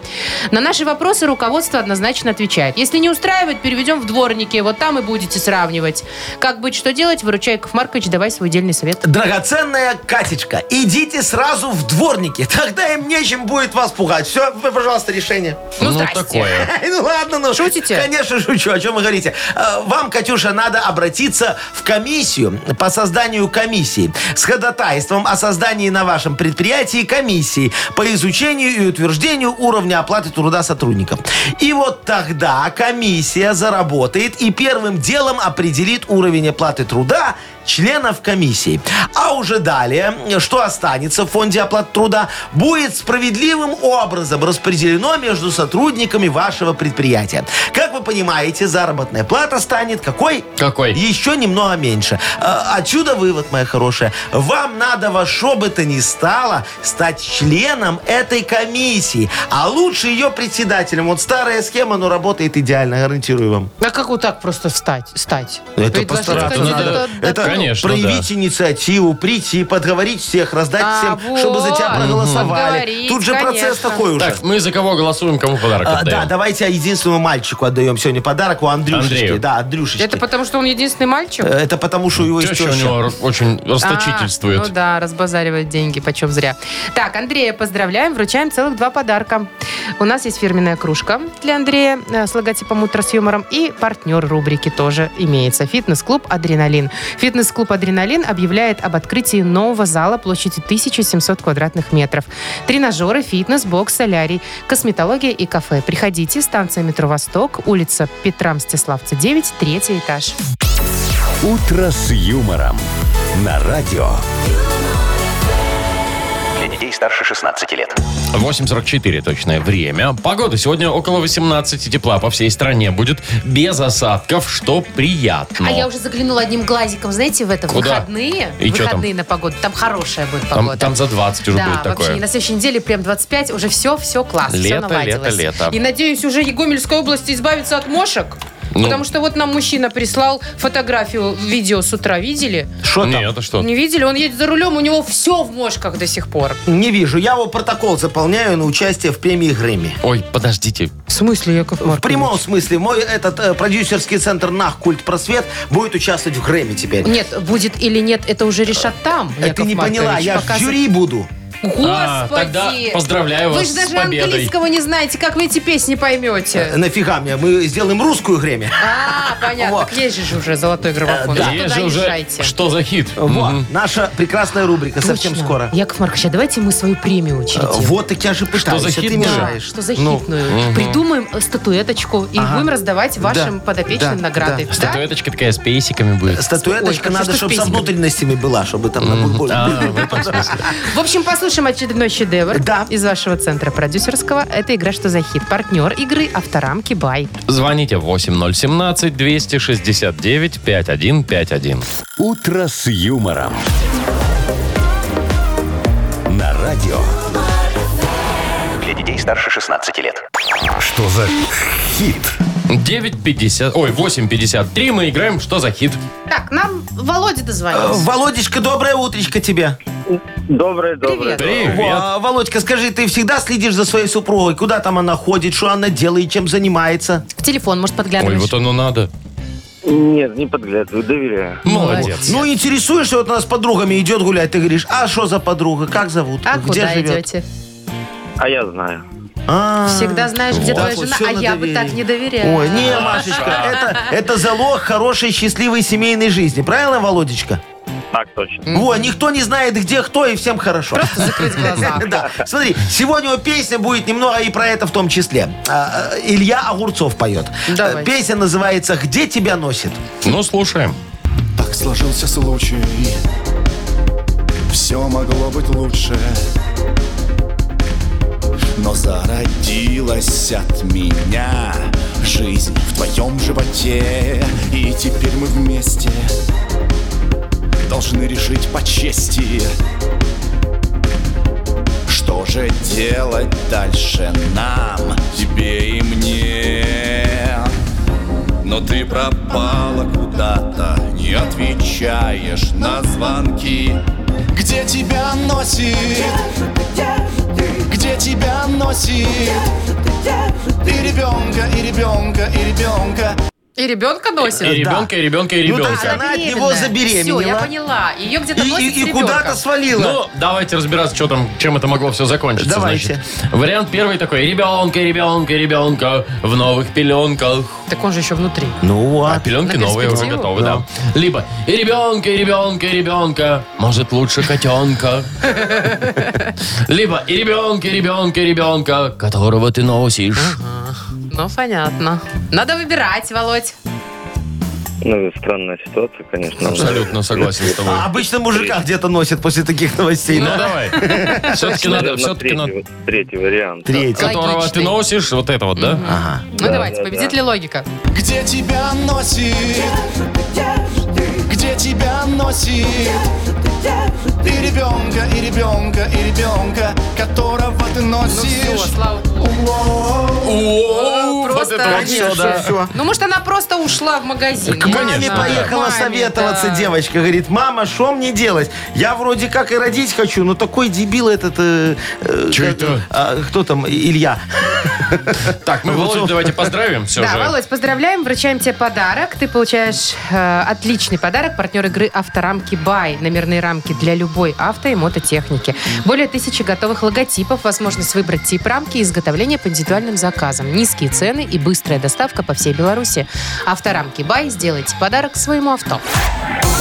C: На наши вопросы руководство однозначно отвечает. Если не устраивает, переведем в дворники, вот там и будете сравнивать. Как быть, что делать, выручай, Яков Маркович, давай свой дельный
D: Ну,
C: совет.
D: Драгоценная Катечка, идите сразу в дворники, тогда им нечем будет вас пугать. Все, пожалуйста, решение.
C: Ну,
B: ну
C: здрасте.
B: такое.
D: Ай, Ну ладно, ну.
C: Шутите?
D: Конечно, шучу. О чем вы говорите? Э, Вам, Катюша, надо обратиться в комиссию по созданию комиссии с ходатайством о создании на вашем предприятии комиссии по изучению и утверждению уровня оплаты труда сотрудников. И вот тогда комиссия заработает и первым делом определит уровень оплаты труда членов комиссии. А уже далее, что останется в фонде оплаты труда, будет справедливым образом распределено между сотрудниками вашего предприятия. Как вы понимаете, заработная плата станет какой?
B: Какой?
D: Еще немного меньше. А, Отсюда вывод, моя хорошая. Вам надо во что бы то ни стало стать членом этой комиссии, а лучше ее председателем. Вот старая схема, но работает идеально, гарантирую вам.
C: А как вот так просто встать? Стать?
D: Это
C: Предложить
D: постараться
C: кандидата
D: надо.
C: до-
D: Это
B: Конечно,
D: проявить инициативу, прийти, подговорить всех, раздать
C: А,
D: всем, чтобы за тебя
C: вот.
D: проголосовали.
C: Подговорить,
D: Тут же процесс
C: конечно.
D: такой уже.
B: Так, мы за кого голосуем, кому подарок
D: А, да,
B: отдаем?
D: давайте единственному мальчику отдаем сегодня подарок у Андрюшечки.
B: Андрею.
D: Да, Андрюшечки.
C: Это потому, что он единственный мальчик?
D: Э, Это потому, что у него есть
B: Теща у
D: теща.
B: него р- очень расточительствует.
C: А, ну да, разбазаривает деньги, почем зря. Так, Андрея поздравляем, вручаем целых два подарка. У нас есть фирменная кружка для Андрея э, с логотипом «Утро с юмором» и партнер рубрики тоже имеется. Фитнес-клуб «Адреналин». Фитнес-клуб «Адреналин» объявляет об открытии нового зала площадью 1700 квадратных метров. Тренажеры, фитнес, бокс, солярий, косметология и кафе. Приходите, станция метро «Восток», улица Петра Мстиславца, 9, третий этаж.
A: «Утро с юмором» на радио.
E: Для детей старше 16 лет.
B: 8.44 точное время. Погода сегодня около 18 тепла по всей стране будет. Без осадков, что приятно.
C: А я уже заглянула одним глазиком, знаете, в это в
B: Куда?
C: выходные.
B: И чё там?
C: выходные на погоду. Там хорошая будет
B: там,
C: погода.
B: там за 20 уже
C: да,
B: будет
C: вообще,
B: такое. Ну,
C: и на следующей неделе прям 25, уже все, все классно, все
B: Лето,
C: наладилось.
B: лето, лето.
C: И надеюсь, уже Егомельская область избавится от мошек.
B: Ну.
C: Потому что вот нам мужчина прислал фотографию, видео с утра, видели?
D: Что там?
B: Нет, это что?
C: Не видели? Он едет за рулем, у него все в мошках до сих пор.
D: Не вижу. Я его протокол заполняю на участие в премии Грэмми.
B: Ой, подождите.
C: В смысле, Яков
D: В прямом смысле, мой этот э, продюсерский центр «Нах Культ Просвет» будет участвовать в Грэмми теперь.
C: Нет, будет или нет, это уже решат там,
D: Э,
C: Яков
D: Ты не
C: Маркович.
D: поняла, я
C: Пока
D: в жюри буду.
C: Господи!
B: А, тогда поздравляю
C: Вы
B: вас
C: же
B: с
C: даже
B: победой.
C: английского не знаете, как вы эти песни
B: Э.
C: поймете?
D: Э, Нафига мне? Мы сделаем русскую гремя.
C: А, понятно.
D: Во.
C: Так Есть же уже золотой граммофон.
D: да.
C: Вы
B: Есть
C: туда
B: же уже,
C: езжайте.
B: что за хит.
D: Вот,
B: Мгм.
D: наша прекрасная рубрика совсем
C: Точно.
D: скоро.
C: Яков Маркович, а давайте мы свою премию
D: Э,
C: учредим.
D: Вот так я же пытаюсь,
B: за
D: а ты
B: хит, да?
C: Да,
D: мешаешь.
C: что за хитную. Придумаем э, статуэточку и
D: Ага.
C: будем раздавать вашим
D: Да,
C: подопечным
D: да,
C: награды. Да?
B: Статуэточка такая с пейсиками будет.
C: Ой,
D: Статуэточка
C: хорошо,
D: надо,
C: что
D: чтобы со
C: песня.
D: внутренностями была, чтобы там на бурбуле.
B: А, в этом смысле.
C: В общем, послушаем очередной шедевр
D: Да.
C: из вашего центра продюсерского. Это игра «Что за хит?». Партнер игры «Авторамки Бай».
B: Звоните 8017-269-5151.
A: «Утро с юмором». На радио.
E: Для детей старше 16 лет.
A: Что за хит?
B: 9.50, ой, 8.53 мы играем «Что за хит?».
C: Так, нам Володя
D: Э,
C: дозвонился.
D: Володечка, доброе утречко тебе.
F: Доброе, доброе.
C: Привет.
B: Привет.
D: Во, Володька, скажи, ты всегда следишь за своей супругой? Куда там она ходит, что она делает, чем занимается?
C: В телефон, может,
B: Ой,
C: подглядываешь?
B: вот оно ну, надо.
F: Нет, не подглядываю, доверяю.
B: Молодец.
D: Ну, интересуешься, вот она с подругами идет гулять, ты говоришь, а что за подруга, как зовут,
C: А
D: где
C: куда
D: живет?
C: идете?
F: А я знаю.
D: А.
C: Всегда знаешь, где
D: Вот
C: твоя
D: вот
C: жена,
D: всё
C: а
D: на
C: я бы так
D: доверии.
C: не доверяю.
D: Ой, не, Машечка, это, это залог хорошей, счастливой семейной жизни. Правильно, Володечка?
F: Так точно.
D: Во, никто не знает, где кто, и всем хорошо.
C: Закрыть глаза.
D: Да, смотри, сегодня его песня будет немного и про это в том числе. А, э, Илья Огурцов поет.
C: Давай.
D: Э, Песня называется «Где тебя носит?».
B: Ну, слушаем.
H: Так сложился случай Все могло быть лучше Но зародилась от меня Жизнь в твоем животе И теперь мы вместе Должны решить по чести Что же делать дальше нам Тебе и мне но ты пропала куда-то, не отвечаешь на звонки. Где тебя носит? Где тебя носит? И ребенка, и ребенка, и ребенка.
C: И ребенка
B: И
C: носит.
B: ребенка, и ребенка, и
D: Ну, да,
B: ребенка.
D: она от
C: беременная.
D: него
C: Все,
D: забеременела.
C: я поняла. Ее
D: И-
C: где-то носит
D: И, и
C: ребенка.
D: куда-то свалила.
B: Ну, давайте разбираться, что там, чем это могло все закончиться.
D: Давайте.
B: значит. Вариант первый такой. Ребенка, ребенка, ребенка в новых пеленках.
C: Так он же еще внутри.
D: Ну,
B: А
D: вот.
B: пеленки
C: на
B: новые уже
C: перспективу?
B: готовы, да. Либо и ребенка, и ребенка, и ребенка. Может, лучше котенка. Либо и ребенка, и ребенка, и ребенка, которого ты носишь.
C: Ну, понятно. Надо выбирать, Володь.
F: Ну, странная ситуация, конечно.
B: Абсолютно согласен с тобой.
D: А обычно мужика где-то носит после таких новостей.
B: Ну
D: да?
B: давай. Все-таки надо,
F: Наверное,
B: все-таки
F: третий,
B: надо.
F: вот- третий вариант.
D: Третий.
B: Которого ты
C: Логичный.
B: носишь, вот это вот, да?
D: Ага.
C: Ну, давайте,
F: да,
C: победит
F: да.
C: ли логика?
H: Где тебя носит? Где тебя носит? И ребенка, и ребенка, и ребенка, которого ты
C: Все,
H: носишь.
C: Ну, слава богу.
B: О, вот
C: Просто
B: это вот
C: конечно.
B: все, да.
D: Ну, Всё.
C: Ну, может, она просто ушла в магазин.
D: К
C: Я
D: маме
C: не знаю.
D: поехала
C: К Ну, маме,
D: советоваться
C: да.
D: девочка. Говорит, мама, что мне делать? Я вроде как и родить хочу, но такой дебил этот... э, э,
B: Чё
D: как-
B: это?
D: а, кто там? Илья.
B: Так, мы Володю давайте поздравим все
C: Да,
B: же.
C: Володь, поздравляем, вручаем тебе подарок. Ты получаешь э, отличный подарок. Партнер игры «Авторамки Бай». Номерные рамки для любой авто и мототехники. Более тысячи готовых логотипов, возможность выбрать тип рамки и изготовление по индивидуальным заказам. Низкие цены и быстрая доставка по всей Беларуси. «Авторамки Бай». Сделайте подарок своему авто.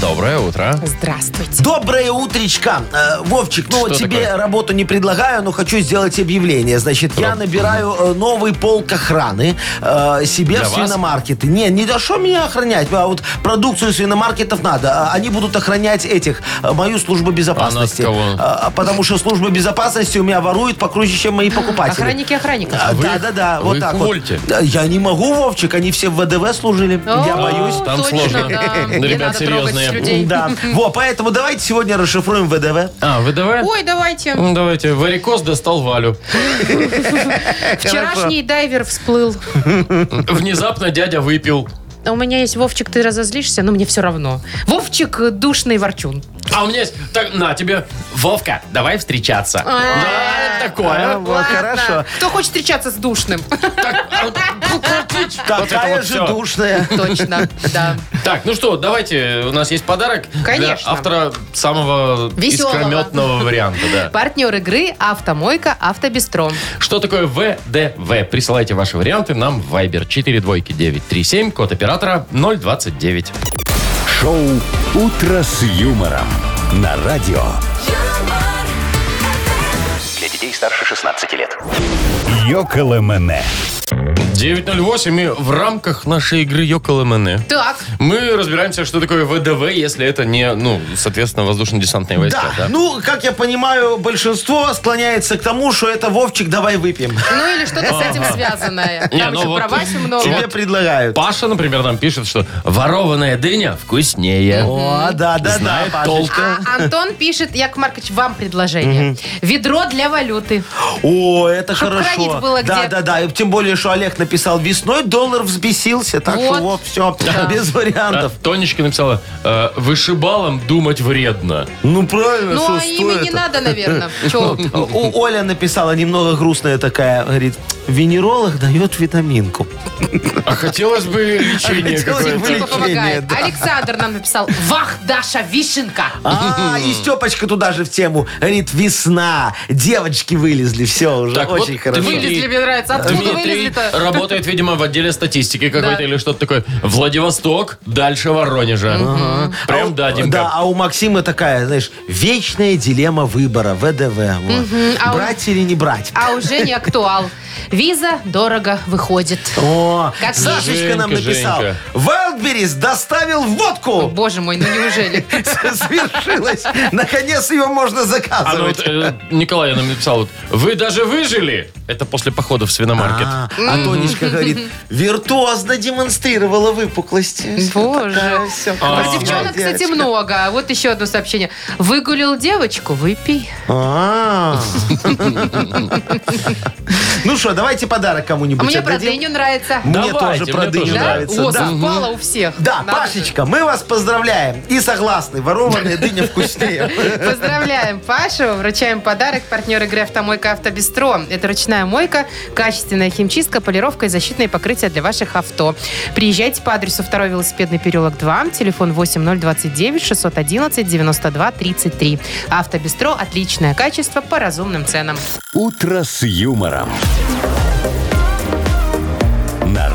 B: Доброе утро.
C: Здравствуйте.
D: Доброе утречко. Э, Вовчик, ну
B: Что
D: вот тебе
B: такое?
D: работу не предлагаю, но хочу сделать объявление. Значит, я набираю э, новый полк охраны э, себе
B: Для
D: в
B: вас?
D: свиномаркеты. Не, не да что меня охранять? А вот продукцию свиномаркетов надо. А Они будут охранять этих, э, мою службу безопасности.
B: А нас кого?
D: А, Потому что служба безопасности у меня ворует покруче, чем мои покупатели.
C: Охранники охранников.
D: А,
B: Вы
D: да,
B: их-
D: да, да,
B: вы
D: вот
B: их
D: так
B: увольте.
D: вот. Да, Я не могу, Вовчик, они все в ВДВ служили. я
C: О,
D: боюсь.
B: Там
C: точно,
B: сложно.
C: да.
B: Ну,
C: Не
B: ребят,
C: надо трогать
B: серьезные.
C: людей.
D: Да. Во, поэтому давайте сегодня расшифруем ВДВ.
B: А, ВДВ?
C: Ой, давайте.
B: Ну, Давайте, варикоз достал Валю.
C: Вчерашний дайвер всплыл.
B: Внезапно дядя выпил.
C: У меня есть Вовчик, ты разозлишься, но мне все равно. Вовчик э, душный ворчун.
B: А у меня есть... Так, на тебе, Вовка, давай встречаться. Да,
D: А,
B: такое.
D: вот
C: Ладно.
D: хорошо.
C: Кто хочет встречаться с душным?
B: Так, а, вот это
D: Такая
B: вот
D: же
B: всё.
D: душная.
C: Точно, да.
B: Так, ну что, давайте, у нас есть подарок
C: Конечно.
B: для автора самого
C: Весёлого.
B: искрометного варианта. Да.
C: Партнер игры «Автомойка Автобестро».
B: Что такое ВДВ? Присылайте ваши варианты нам в Viber 42937, код оператора 029.
A: Шоу «Утро с юмором» на радио.
I: юмор,
E: Для детей старше 16 лет.
A: Йоколэмэне.
B: 908, и в рамках нашей игры Йокол МН.
C: Так,
B: Мы разбираемся, что такое ВДВ, если это не, ну, соответственно, воздушно-десантные войска.
D: Да.
B: Да.
D: ну, как я понимаю, большинство склоняется к тому, что это Вовчик, давай выпьем.
C: ну или что-то с этим связанное.
B: Не,
C: Там
B: ну
C: еще
B: вот
C: про Васю
D: Тебе
C: много.
D: предлагают.
B: Паша, например, нам пишет, что ворованная дыня вкуснее.
D: О, да, да, да,
B: Знает
D: Пашечка.
B: толк.
C: А Антон пишет, Яков Маркович, вам предложение. Ведро для валюты.
D: О, это
C: Чтоб
D: хорошо.
C: хранить было
D: да,
C: где.
D: да, да. И тем более, что Олег написал весной, доллар взбесился, так
C: Вот.
D: что вот, все, без
B: А,
D: вариантов.
B: Тонечка написала, э, вышибалом думать вредно.
D: Ну правильно,
C: Ну,
D: что
C: а ими не надо, наверное. Чё?
D: У- Оля написала немного грустная такая, говорит, венеролог дает витаминку.
B: А хотелось бы лечение
D: Хотелось бы
B: какое-то.
C: Типа
D: Лечение,
C: помогает.
D: да.
C: Александр нам написал, вах, Даша, вишенка.
D: А, и Степочка туда же в тему. Говорит, весна. Девочки вылезли, все уже.
B: Так, вот
D: очень хорошо.
B: Дмитрий-
C: Вылезли, мне нравится. Откуда
B: Дмитрий
C: вылезли-то?
B: работает, видимо, в отделе статистики какой-то
C: Да.
B: или что-то такое. Владивосток, дальше Воронежа. Прям даденька.
D: Да, а у Максима такая, знаешь, вечная дилемма выбора, ВДВ. вот.
C: а у-
D: брать или не брать?
C: А уже не актуал. Виза дорого выходит.
D: О,
C: Как
D: Сашечка
B: Женька,
D: нам написал.
B: Женька.
D: Wildberries доставил
C: О,
D: водку.
C: Боже мой, ну неужели?
D: Свершилось. Наконец его можно
B: А ну вот,
D: заказывать.
B: э, Николай нам написал, вот, вы даже выжили. Это после похода в свиномаркет.
D: А, а Тонечка говорит, виртуозно демонстрировала выпуклости.
C: Боже.
B: А,
D: все.
C: Про девчонок, кстати, много. А Вот еще одно сообщение. Выгулил девочку, выпей.
D: А. Ну что, давайте подарок
C: А
D: кому-нибудь
C: мне про
D: отдадим.
C: дыню нравится.
D: Мне
B: Давайте,
D: тоже про
B: мне тоже
D: дыню
C: Да?
D: нравится.
C: О,
D: да.
C: совпало у всех.
D: Да,
C: Надо же.
D: Пашечка, мы вас поздравляем. И согласны, ворованная дыня вкуснее.
C: Поздравляем Пашу, вручаем подарок партнер игры «Автомойка Автобестро». Это ручная мойка, качественная химчистка, полировка и защитные покрытия для ваших авто. Приезжайте по адресу 2 велосипедный переулок 2, телефон 8029-611-92-33. «Автобестро» – отличное качество по разумным ценам.
A: «Утро с юмором». На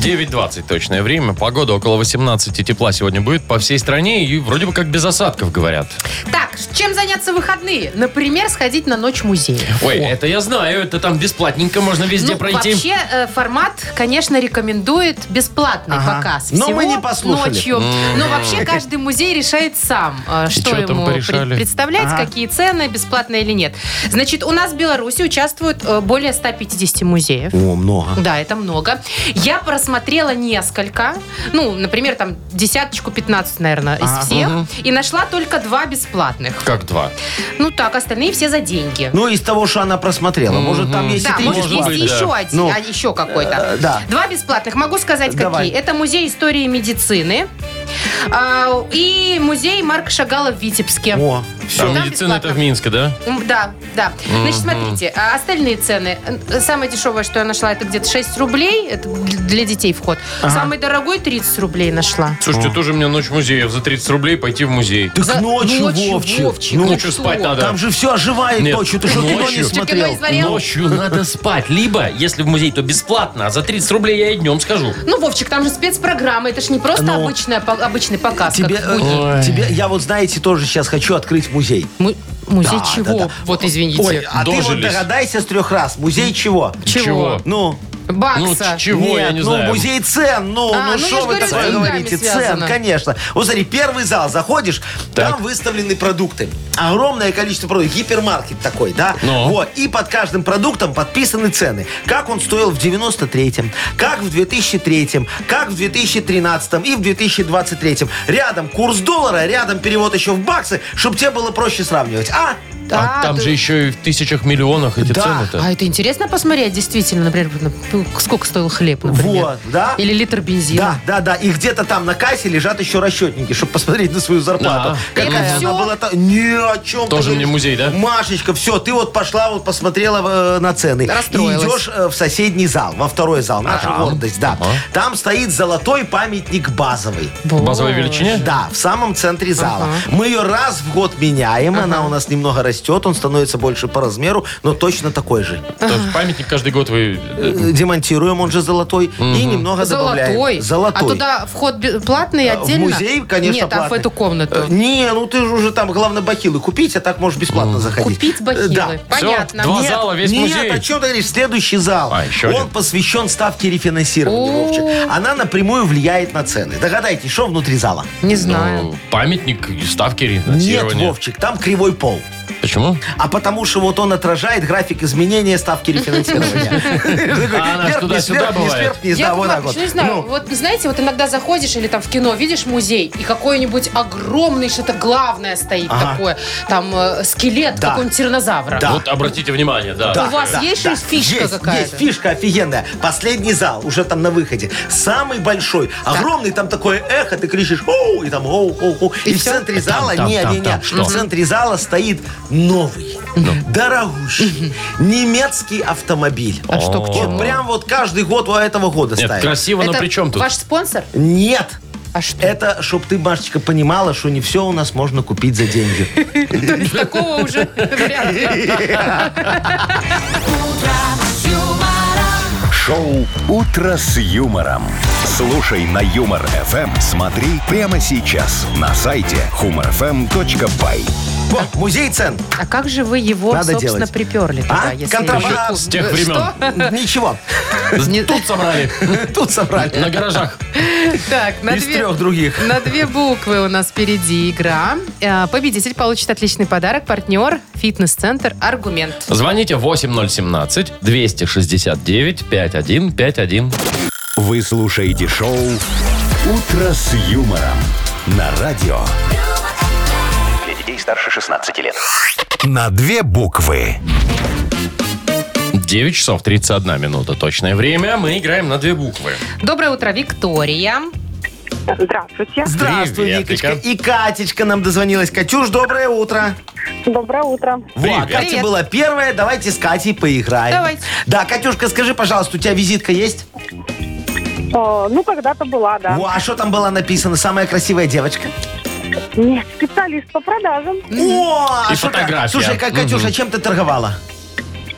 B: 9.20 точное время. Погода около 18 тепла сегодня будет по всей стране. И вроде бы как без осадков, говорят.
C: Так, чем заняться в выходные? Например, сходить на ночь музея.
B: Ой, это я знаю. Это там бесплатненько можно везде
C: Ну,
B: пройти.
C: Вообще э, формат, конечно, рекомендует бесплатный
D: Ага.
C: показ.
D: Но
C: всего
D: мы не послушали.
C: Ночью. Но вообще каждый музей решает сам, э, что
B: чё там
C: ему
B: порешали?
C: пред- представлять, какие цены, бесплатно или нет. Значит, у нас в Беларуси участвует э, более 150 музеев.
D: О, много.
C: Да, это много. Я просмотрела несколько, ну, например, там десяточку, 15, наверное, из всех, и нашла только два бесплатных.
B: Как два.
C: Ну так, остальные все за деньги.
D: Ну, из того, что она просмотрела. Может, там есть и
C: Да,
D: три
C: может, есть
D: бесплатных.
C: и еще один,
D: Ну,
C: а, еще какой-то.
D: э, да.
C: Два бесплатных. Могу сказать,
D: Давай.
C: какие. Это музей истории и медицины а, и музей Марка Шагала в Витебске.
B: А
D: О,
C: Там
B: медицина это
C: бесплатно.
B: в Минске, да?
C: М, Да, да. Значит, смотрите, а остальные цены. Э, Самое дешевое, что я нашла, это где-то 6 рублей. Это для детей вход. Самый дорогой 30 рублей нашла.
B: Слушайте, тоже мне ночь музеев за 30 рублей пойти в музей.
D: так
C: За-
D: ночью,
C: ночью,
D: Вовчик.
C: Вовчик,
D: Ну,
C: ну
B: Ночью спать
C: что?
B: надо.
D: там же все оживает
B: Нет,
D: ночью. Ты что, кино не
B: ночью.
C: Ты кино не
D: смотрел?
C: смотрел?
B: Ночью надо спать. Либо, если в музей, то бесплатно, а за 30 рублей я и днем скажу.
C: Ну, Вовчик, там же спецпрограммы. Это же не просто
D: Ну,
C: обычная, по- обычный показ,
D: Тебе,
C: как в будни.
D: э, тебе, я вот, знаете, тоже сейчас хочу открыть музей.
C: Му- Музей
D: Да,
C: чего?
D: да, да.
C: Вот, извините.
D: Ой, а ты вот
B: дожились.
D: догадайся с трех раз. Музей чего?
C: Чего?
D: Ну,
B: Ну,
C: Бакса.
B: ч- чего,
D: нет,
B: я не
D: ну,
B: знаю.
D: музей цен, ну,
C: А, ну,
D: ну
C: я
D: что
C: ж
D: вы
C: говорю, с
D: такое
C: деньгами
D: говорите?
C: связано.
D: Цен, конечно. Вот смотри, первый зал, заходишь,
B: Так.
D: там выставлены продукты. Огромное количество продуктов. Гипермаркет такой, да?
B: Ну.
D: Вот, и под каждым продуктом подписаны цены. Как он стоил в 93-м, как в 2003-м, как в 2013-м и в 2023-м. Рядом курс доллара, рядом перевод еще в баксы, чтобы тебе было проще сравнивать. А?
B: А,
C: А,
B: там
C: ты-
B: же еще и в тысячах миллионах эти
D: Да.
B: цены-то.
C: А это интересно посмотреть, действительно, например, на- сколько стоил хлеб, например.
D: Вот, да.
C: Или литр бензина.
D: Да, да, да. И где-то там на кассе лежат еще расчетники, чтобы посмотреть на свою зарплату.
B: Да.
C: Это
D: Какая
C: всё?
D: она была та- Ни о чем.
B: А, Тоже мне музей, да?
D: Машечка, все, ты вот пошла, вот посмотрела э, на цены. И
C: Расстроилась.
D: идешь э, в соседний зал, во второй зал. Наша гордость, да.
B: Ага.
D: Там стоит золотой памятник базовый.
B: В базовой величине?
D: Да, в самом центре зала.
C: Ага.
D: Мы ее раз в год меняем, она у нас немного растет, он становится больше по размеру, но точно такой же.
B: То есть памятник каждый год вы... э,
D: Э, Демонтируем, он же золотой, и немного
C: Золотой.
D: добавляем.
C: А туда вход бе- платный
D: А,
C: отдельно?
D: В музей, конечно,
C: Нет, а в
D: платный.
C: эту комнату.
D: Э, Не, ну ты же уже там, главное, бахилы купить, а так можешь бесплатно заходить.
C: Купить
D: Э,
C: бахилы.
D: Да.
C: Понятно.
B: Всё, два
C: Нет.
B: зала, весь
D: Нет,
B: музей.
D: о чем ты говоришь? Следующий зал.
B: А, еще
D: Он
B: один.
D: посвящен ставке рефинансирования,
C: О.
D: Вовчик. Она напрямую влияет на цены. Догадайтесь, что внутри зала?
C: Не
B: ну,
C: знаю.
B: памятник и ставки
D: Нет,
B: рефинансирования.
D: Вовчик, там кривой пол.
B: Почему?
D: А потому что вот он отражает график изменения ставки рефинансирования.
B: А она ж
D: Вверх,
B: туда-сюда
D: вниз, вверх, вниз,
B: бывает.
D: вверх, вниз, да,
C: Яков
D: вот так
C: Маркович,
D: вот.
C: ну, не знаю,
D: Ну.
C: вот знаете, вот иногда заходишь или там в кино видишь музей, и какой-нибудь огромный, что-то главное стоит
D: Ага.
C: такое, там э, скелет
D: Да.
C: какого-нибудь тиранозавра.
D: Да.
B: Вот обратите внимание, да.
C: У вас есть же фишка
D: Есть,
C: какая-то?
D: Есть фишка офигенная. Последний зал, уже там на выходе. Самый большой, огромный, там такое эхо, ты кричишь «Оу!» и там «Оу, оу, оу». И,
C: И
D: в
C: всё?
D: центре
B: Там,
D: зала,
B: там,
D: не,
B: там,
D: не, не,
B: там, что?
D: в центре зала стоит новый,
C: Ну.
D: дорогущий, немецкий автомобиль.
C: А что к
B: О.
C: чему?
D: Вот прям вот каждый год у этого года
B: Нет,
D: ставит.
B: красиво, но
C: Это
B: при чем тут?
C: ваш спонсор?
D: Нет,
C: А что?
D: это, чтобы ты, Машечка, понимала, что не все у нас можно купить за деньги.
C: То есть такого уже вряд ли.
A: Шоу «Утро с юмором». Слушай на Юмор ФМ. Смотри прямо сейчас на сайте humorfm.by.
D: Во, Музей цен.
C: А как же вы его,
D: Надо
C: собственно,
D: делать.
C: приперли туда,
D: А?
C: если
D: Контрабанда.
C: еще-
B: С тех
C: Что?
B: времен.
D: Ничего.
C: э, Не-
B: Тут собрали.
D: Тут собрали.
B: На гаражах.
C: Так, на
D: Из
C: две...
D: трех других.
C: На две буквы у нас впереди игра. Э, Победитель получит отличный подарок. Партнер фитнес-центр «Аргумент».
B: Звоните 8017-269-5151.
A: Вы слушаете шоу «Утро с юмором» на радио.
E: Для детей старше 16 лет.
A: На две буквы.
B: 9 часов 31 минута. Точное время. Мы играем на две буквы.
C: Доброе утро, Виктория.
G: Здравствуйте.
D: Здравствуй,
B: Привет,
D: Викочка.
B: Вика.
D: И Катечка нам дозвонилась. Катюш, доброе утро.
G: Доброе утро.
B: Привет.
D: Вот, Катя
C: Привет.
D: была первая. Давайте с Катей поиграем.
C: Давайте.
D: Да, Катюшка, скажи, пожалуйста, у тебя визитка есть?
G: Э, ну, когда-то была, да.
D: Во, а что там было написано? Самая красивая девочка?
G: Нет, специалист по продажам.
D: О, а
B: И
D: что так?
B: фотография.
D: Слушай, Ка- Катюша, чем ты торговала?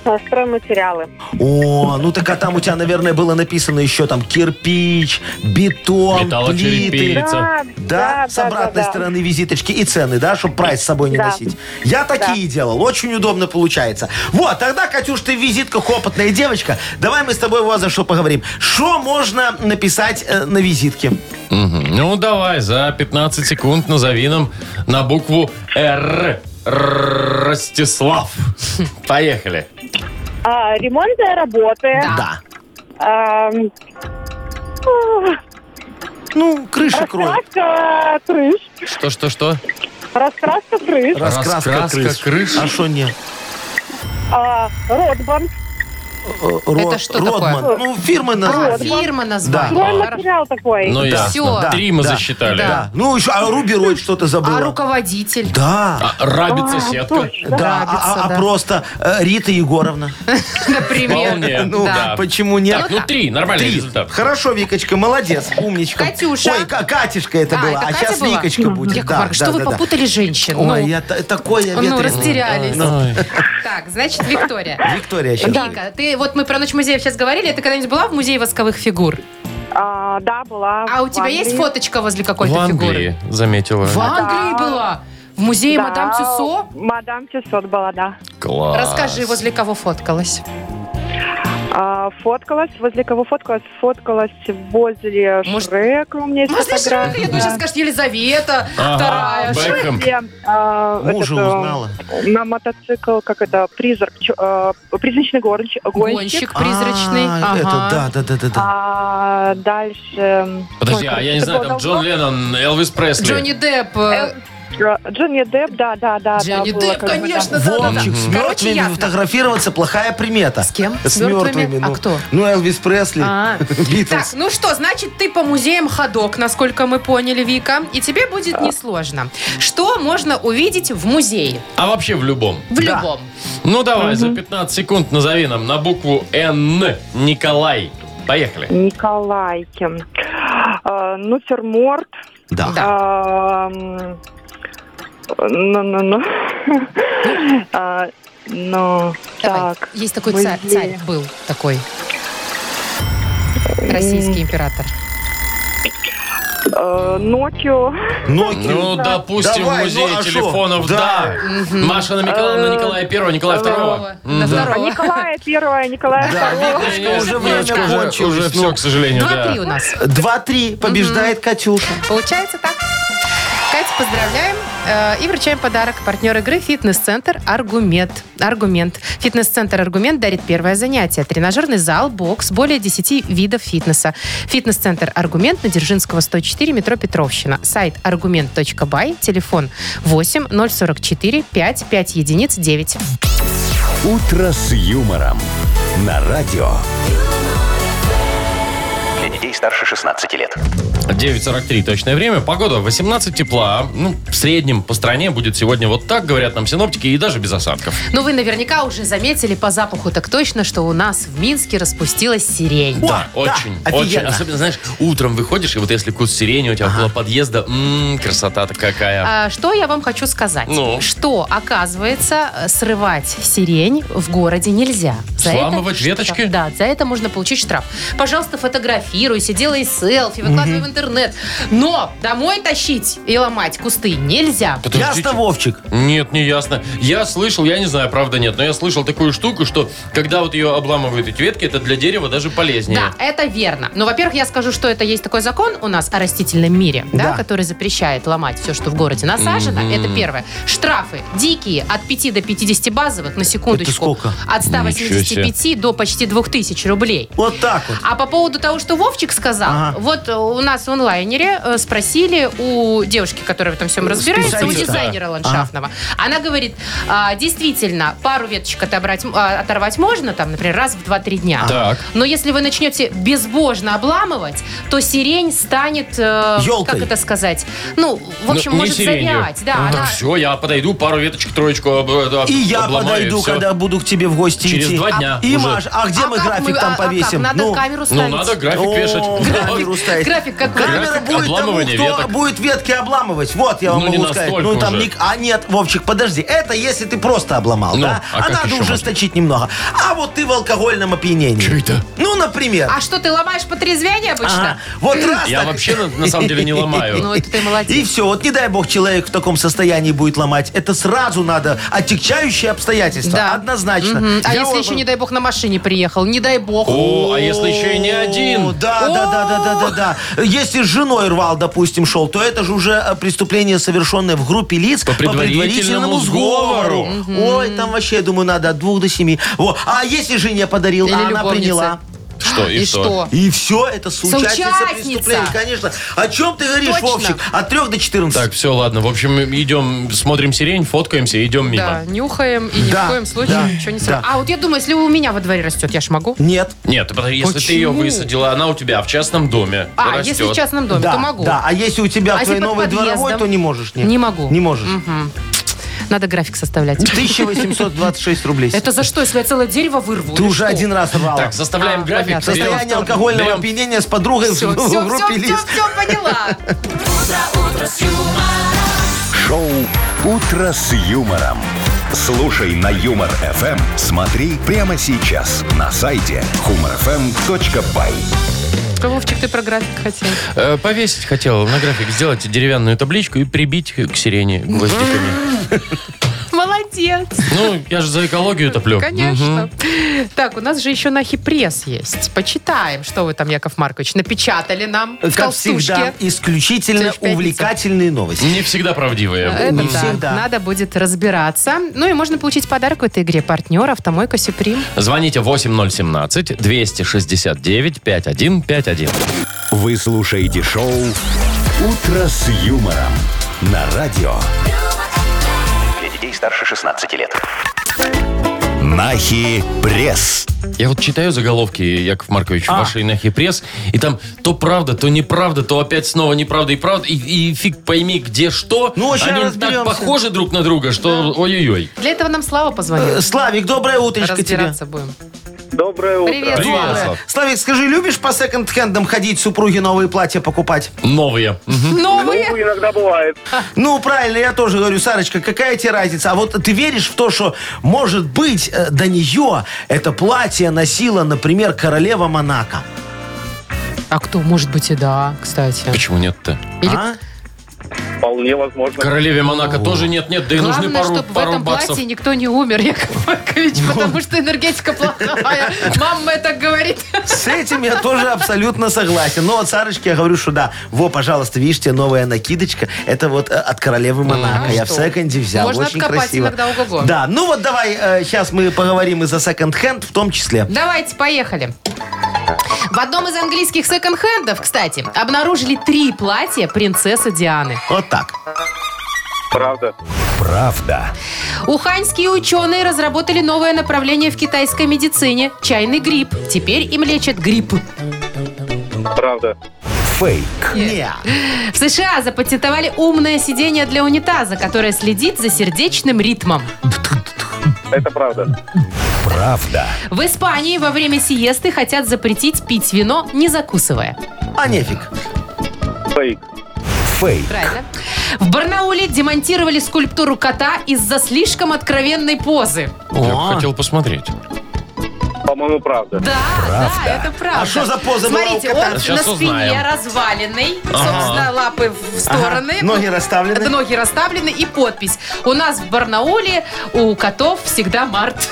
G: Э, Стройматериалы.
D: О, ну так а там у тебя, наверное, было написано еще там кирпич, бетон, плиты.
B: Металлочерепица.
D: Да, с обратной
G: да.
D: стороны визиточки и цены, да, чтобы прайс с собой не
G: Да.
D: носить. Я такие делал, очень удобно получается. Вот, тогда, Катюш, ты в визитках опытная девочка. Давай мы с тобой вот за что поговорим. Что можно написать э, на визитке?
B: Мгм. Ну, давай, за 15 секунд назови нам на букву «Р». Р- Ростислав. Поехали.
G: А, ремонтные работы.
D: Да.
G: Эм, э,
D: Ну, крыша кроет.
G: Раскраска крыш.
B: Что-что-что?
G: Раскраска крыш.
D: Раскраска,
B: Раскраска крыш.
D: А что нет?
G: А, Ротбанд.
D: Э, Ро-
C: что
D: Родман.
C: такое?
D: Ну, фирмы
C: А,
D: на...
C: фирма А назвала. Хорошо.
G: Стройматериал такой.
B: Ну, ясно.
C: Всё. Да,
B: Три мы
D: да,
B: засчитали.
D: Да. Ну, еще, а рубероид что-то забыла.
C: А руководитель?
D: Да.
B: А, рабица
G: А,
B: сетка.
G: точно.
D: Да, а, а
C: Рабица, да.
D: просто э, Рита Егоровна.
B: Вполне.
C: Например.
D: Ну,
B: да.
D: почему нет?
B: Так, ну три, нормальный
D: Три.
B: результат.
D: Хорошо, Викочка, молодец, умничка.
C: Катюша.
D: Ой, Ка- Катюшка это
C: А,
D: была,
C: это
D: а
C: Катя
D: сейчас
C: была? Ну,
D: Викочка будет.
C: Яков
D: Да,
C: Маркович,
D: да,
C: что вы
D: да, да.
C: попутали женщин?
D: Ой,
C: Ну,
D: я та- такое
C: ну,
D: ветреное.
C: растерялись.
B: Ой.
C: Так, значит, Виктория.
D: Виктория сейчас.
C: Вика, ты, вот мы про ночь музеев сейчас говорили, ты когда-нибудь была в музее восковых фигур?
G: А, да, была.
C: А у
G: в
C: тебя есть
G: Англии.
C: фоточка возле
B: В
C: какой-то фигуры?
B: Англии, заметила.
C: В Англии
G: Да.
C: была? В музее
G: Да,
C: Мадам Тюсо?
G: Мадам Тюсот была, да.
B: Класс.
C: Расскажи, возле кого фоткалась?
G: А, фоткалась. Возле кого фоткалась? Фоткалась возле
C: Может-
G: Шрека у меня есть
C: Возле Шрека, я
G: фотография.
C: думаю, сейчас скажешь Елизавета,
B: Ага,
C: вторая.
B: Бэк-
C: Шрек.
B: Бекхэм.
G: Где, а,
D: Мужа
G: этот, э,
D: узнала.
G: На мотоцикл, как это, призрак, чё- э, призрачный гонщик. гонщик.
C: Гонщик призрачный.
D: А, Это,
C: Ага.
D: да, да, да, да, да.
G: А, дальше...
B: Подожди,
G: Ой,
B: а
G: короче,
B: я не знаю,
G: такое
B: там Джон
G: давно.
B: Леннон, Элвис Пресли.
C: Джонни Депп. э,
G: Эл- Э, Джонни Депп, да, да, да.
C: Джонни
G: да, было
C: Депп,
G: когда-то.
C: конечно,
D: Вовчик, с
C: да. Короче,
D: мертвыми
C: ясно.
D: фотографироваться плохая примета.
C: С кем?
D: С,
C: С мертвыми?
D: мертвыми.
C: А
D: ну.
C: кто?
D: Ну, Элвис Пресли.
C: А. Так,
D: Битлз.
C: ну что, значит, ты по музеям ходок, насколько мы поняли, Вика. И тебе будет несложно. Что можно увидеть в музее?
B: А вообще в любом.
C: В любом.
B: Ну давай, за 15 секунд назови нам на букву Н. Николай. Поехали.
G: Николайкин. Э, Нутерморт.
D: Да.
G: Эм, Ну-ну-ну. Э, Ну,
C: Давай.
G: так.
C: Есть такой
G: музей.
C: царь, царь был такой. Российский император.
G: Э, Нокио.
D: Ноги.
B: Ну, допустим,
D: Давай,
B: в музее
D: ну, а шо?
B: телефонов, да.
D: Да.
B: Маша на Миколаевна,
G: Э,
B: Николая Первого, Николая Второго.
C: На второго.
G: Николая первая, Николая
D: Да,
G: второго.
D: видно, что уже
B: Немножко
D: время
B: уже-
D: кончилось. ну.
B: Уже все, к сожалению,
C: Два-три у
B: да.
C: нас.
D: Два-три. Побеждает Катюша.
C: Получается так. Катя, поздравляем э, и вручаем подарок. Партнер игры «Фитнес-центр Аргумент». Аргумент. «Фитнес-центр Аргумент» дарит первое занятие. Тренажерный зал, бокс, более 10 видов фитнеса. «Фитнес-центр Аргумент» на Дзержинского, 104, метро Петровщина. Сайт argument.by, телефон 8 044 5 5 единиц 9.
A: «Утро с юмором» на радио.
E: Для детей старше 16 лет.
B: 9.43 точное время. Погода 18 тепла. Ну, в среднем по стране будет сегодня вот так, говорят нам синоптики, и даже без осадков.
C: Ну, вы наверняка уже заметили по запаху так точно, что у нас в Минске распустилась сирень.
B: Да,
D: да,
B: очень, очень.
D: офигенно.
B: Особенно, знаешь, утром выходишь, и вот если куст сирени у тебя около подъезда, м, красота-то какая.
C: А, что я вам хочу сказать?
B: Ну?
C: Что, оказывается, э, срывать сирень в городе нельзя.
B: Сламывать
C: что-то-
B: веточки?
C: Да, за это можно получить штраф. Пожалуйста, фотографируйся, делай селфи, выкладывай в интернет. Но домой тащить и ломать кусты нельзя.
B: Подождите.
D: Ясно, Вовчик?
B: Нет, не ясно. Я слышал, я не знаю, правда нет, но я слышал такую штуку, что когда вот ее обламывают эти ветки, это для дерева даже полезнее.
C: Да, это верно. Но, во-первых, я скажу, что это есть такой закон у нас о растительном мире, да,
D: Да.
C: который запрещает ломать все, что в городе насажено. Это первое. Штрафы дикие от 5 до 50 базовых, на секундочку.
D: сколько?
C: От
B: Ничего
C: 185 до почти 2000 рублей.
D: Вот так вот.
C: А по поводу того, что Вовчик сказал,
D: Ага.
C: вот э, у нас в онлайнере э, спросили у девушки, которая в этом всем разбирается, у
D: Специалиста.
C: дизайнера ландшафтного. Она говорит, а, действительно, пару веточек отобрать, м- а, оторвать можно, там, например, раз в 2-3
D: А,
C: дня.
B: Так.
C: Но если вы начнете безбожно обламывать, то сирень станет, э,
D: Ёлкой.
C: как это сказать, ну, в общем,
B: Ну, не
C: может
B: сиренью.
C: завять. Да,
B: Так
C: она- А
B: все, я подойду, пару веточек, троечку об- об-
D: И я
B: обломаю,
D: подойду,
B: и всё.
D: когда буду к тебе в гости
B: Через
D: идти.
B: два дня
D: И,
B: уже.
D: Маш, а где
C: А
D: мы
C: как
D: график
C: мы-
D: там
C: а- а как?
D: повесим?
C: Надо
D: Ну,
C: камеру
B: Ну,
C: ставить.
B: надо график
D: о,
B: вешать.
D: камеру ставить.
C: График какой?
D: Камера
B: График
D: будет тому,
B: обламывания
D: кто
B: веток.
D: будет ветки обламывать. Вот я вам
B: Ну, не
D: могу сказать.
B: настолько
D: Ну там
B: уже.
D: ник- А нет, Вовчик, подожди. Это если ты просто обломал,
B: Ну,
D: да?
B: а как
D: надо
B: еще можно?
D: ужесточить немного. А вот ты в алкогольном опьянении.
B: Чё это?
D: Ну, например.
C: А что, ты ломаешь по трезвению
D: Ага.
C: обычно?
D: Вот раз
B: Я
D: так-
B: вообще на, на самом деле не
C: Ну,
B: ломаю.
C: это ты молодец.
D: И все, вот не дай бог человек в таком состоянии будет ломать. Это сразу надо отягчающие обстоятельства.
C: Да.
D: Однозначно.
C: Мгм. А
D: Я
C: если
D: вот-
C: еще, не дай бог, на машине приехал? Не дай бог.
B: О, а если еще и не
D: О,
B: один?
D: Да, да, да, да, да, да, да. Если с женой рвал, допустим, шел, то это же уже э, преступление, совершенное в группе лиц по
B: предварительному сговору.
D: Ой, там вообще, я думаю, надо от двух до семи. Во. А если жене подарил,
C: Или
D: а она
C: любовница.
D: приняла.
B: Что, и,
C: И что?
D: И все, это соучастница,
C: Соучастница.
D: преступления, конечно. О чем ты говоришь,
C: Точно.
D: Вовчик? От трех до 14.
B: Так, все, ладно. В общем, идем, смотрим сирень, фоткаемся, идем
C: Да,
B: мимо.
C: нюхаем и ни
D: Да,
C: в коем случае
D: да,
C: ничего не
D: да.
C: срываем. А вот я думаю, если у меня во дворе растет, я ж могу.
D: Нет.
B: Нет, потому- если ты ее
C: Почему?
B: высадила, она у тебя в частном доме.
C: А,
B: растет.
C: если в частном доме,
D: да,
C: то могу.
D: Да, а если у тебя
C: А если
D: твой
C: под
D: новый дворовой,
C: подъездом?
D: то не можешь. Нет.
C: Не могу.
D: Не можешь.
C: Мгм. Надо график составлять.
D: 1826 рублей.
C: Это за что, если я целое дерево вырву?
D: Ты уже один раз рвала.
B: Так, заставляем
C: А,
B: график.
C: понятно.
B: берем-
D: Состояние алкогольного
B: берем-
D: опьянения с подругой в-
C: Все,
D: в
C: все,
D: группе
C: все, все,
D: лиц.
C: все, поняла.
A: Шоу «Утро с юмором». Слушай на Юмор ФМ. Смотри прямо сейчас на сайте humorfm.by.
C: Что, Вовчик, ты про график хотел?
B: Э, Повесить хотел на график, сделать деревянную табличку и прибить к сирене гвоздиками.
C: Молодец.
B: Ну, я же за экологию топлю.
C: Конечно. Так, у нас же еще на пресс есть. Почитаем, что вы там, Яков Маркович, напечатали нам в
D: Как
C: толстушке.
D: всегда, исключительно
C: Слушай, в пятницу.
D: увлекательные новости.
B: Не всегда правдивые.
C: Это
D: Не
C: да.
D: всегда.
C: Надо будет разбираться. Ну и можно получить подарок в этой игре партнер «Автомойка Сюприм».
B: Звоните 8017-269-5151.
A: Вы слушаете шоу «Утро с юмором» на радио
E: Для детей старше 16 лет.
A: Нахи Пресс.
B: Я вот читаю заголовки, Яков Маркович,
C: А.
B: в вашей Нахи Пресс, и там то правда, то неправда, то опять снова неправда и правда, и, и фиг пойми, где что.
D: Ну, щас
B: Они так
D: разберемся.
B: похожи друг на друга, что ой-ой-ой.
C: Для этого нам Слава позвонил.
D: Э, Славик, доброе утречко тебе.
C: Разбираться будем.
F: Доброе утро.
C: Привет,
B: Привет,
C: Слава.
B: Слав.
D: Славик, скажи, любишь по секонд-хендам ходить, супруге новые платья покупать?
B: Новые. Мгм.
C: Новые.
F: Ну, иногда бывает.
D: Ну, правильно, я тоже говорю, Сарочка, какая тебе разница? А вот ты веришь в то, что, может быть, э, до нее это платье носила, например, королева Монако?
C: А кто? Может быть и да, кстати.
B: Почему нет-то?
C: Или-
D: А?
F: Вполне возможно.
B: Королеве Монако тоже нет-нет, да и нужны
C: Главное,
B: пару,
C: чтобы в
B: пару
C: этом
B: баксов. Ну.
C: платье никто не умер, Яков Маркович, потому что энергетика плохая. Мама моя так говорит.
D: С этим я тоже абсолютно согласен. Но вот Сарочке я говорю, что да. Во, пожалуйста, видишь, тебе новая накидочка. Это вот э, от королевы Монако.
C: а
D: я
C: что?
D: в секонде взял.
C: Можно
D: Очень
C: откопать
D: красиво.
C: иногда, ого-го.
D: Да, ну вот давай, сейчас мы поговорим и за секонд-хенд в том числе.
C: Давайте, поехали. В одном из английских секонд-хендов, кстати, обнаружили три платья принцессы Дианы.
D: Вот так.
F: Правда.
A: Правда.
C: Уханьские ученые разработали новое направление в китайской медицине – чайный гриб. Теперь им лечат грипп.
F: Правда.
A: Фейк.
D: Не.
C: В США запатентовали умное сиденье для унитаза, которое следит за сердечным ритмом.
F: Это правда.
A: Правда.
C: В Испании во время сиесты хотят запретить пить вино, не закусывая.
D: А нефиг.
F: Фейк.
A: Фейк.
C: Правильно. В Барнауле демонтировали скульптуру кота из-за слишком откровенной позы.
B: Я
D: О.
B: хотел посмотреть.
F: По-моему, правда.
C: Да, да, это правда.
D: А что за поза была у
C: Смотрите,
D: кота?
C: он
B: Сейчас
C: на спине
B: узнаем.
C: разваленный, собственно, лапы в стороны.
D: Ага. Ноги расставлены.
C: Это ноги расставлены и подпись. У нас в Барнауле у котов всегда март.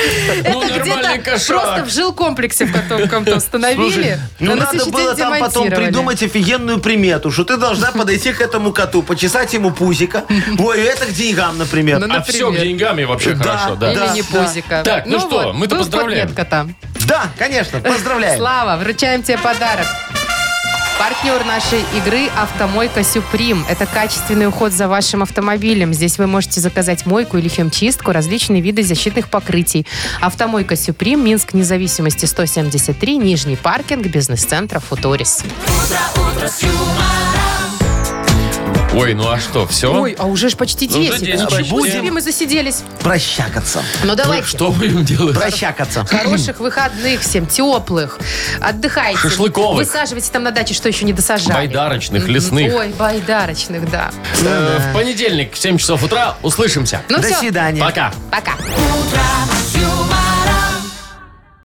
B: Ну,
C: Это
B: нормальный
C: где-то просто
B: кошак.
C: в жилкомплексе в каком- каком-то установили.
D: Ну,
C: на
D: надо
C: следующий
D: было
C: день
D: там потом
C: демонтировали.
D: придумать офигенную примету, что ты должна подойти к этому коту, почесать ему пузика. Ой, это к деньгам, например.
C: Ну,
B: А все
C: например.
B: деньгами вообще
D: Да.
B: хорошо, да.
D: Да.
C: Или не пузика.
B: Так, ну что,
C: вот,
B: мы-то
C: был
B: поздравляем.
C: кот, нет кота.
D: Да, конечно, поздравляем.
C: Слава, вручаем тебе подарок. Партнер нашей игры «Автомойка Сюприм». Это качественный уход за вашим автомобилем. Здесь вы можете заказать мойку или химчистку, различные виды защитных покрытий. «Автомойка Сюприм», Минск, независимости 173, Нижний паркинг, бизнес-центр «Футурис».
B: Ой, ну а что, все?
C: Ой, а уже ж почти
B: Ну, уже
C: 10.
B: 10 почти.
C: Ничего себе мы засиделись.
D: Прощакаться.
C: Ну давайте.
B: Что будем делать?
D: Прощакаться.
C: Хороших выходных всем, теплых. Отдыхайте.
B: Шашлыковых.
C: Высаживайте там на даче, что еще не досажали.
B: Байдарочных, лесных.
C: Ой, байдарочных, да.
B: Э, В понедельник в 7 часов утра услышимся.
C: Ну
D: До
C: все,
D: свидания.
B: Пока.
C: пока.
I: Утро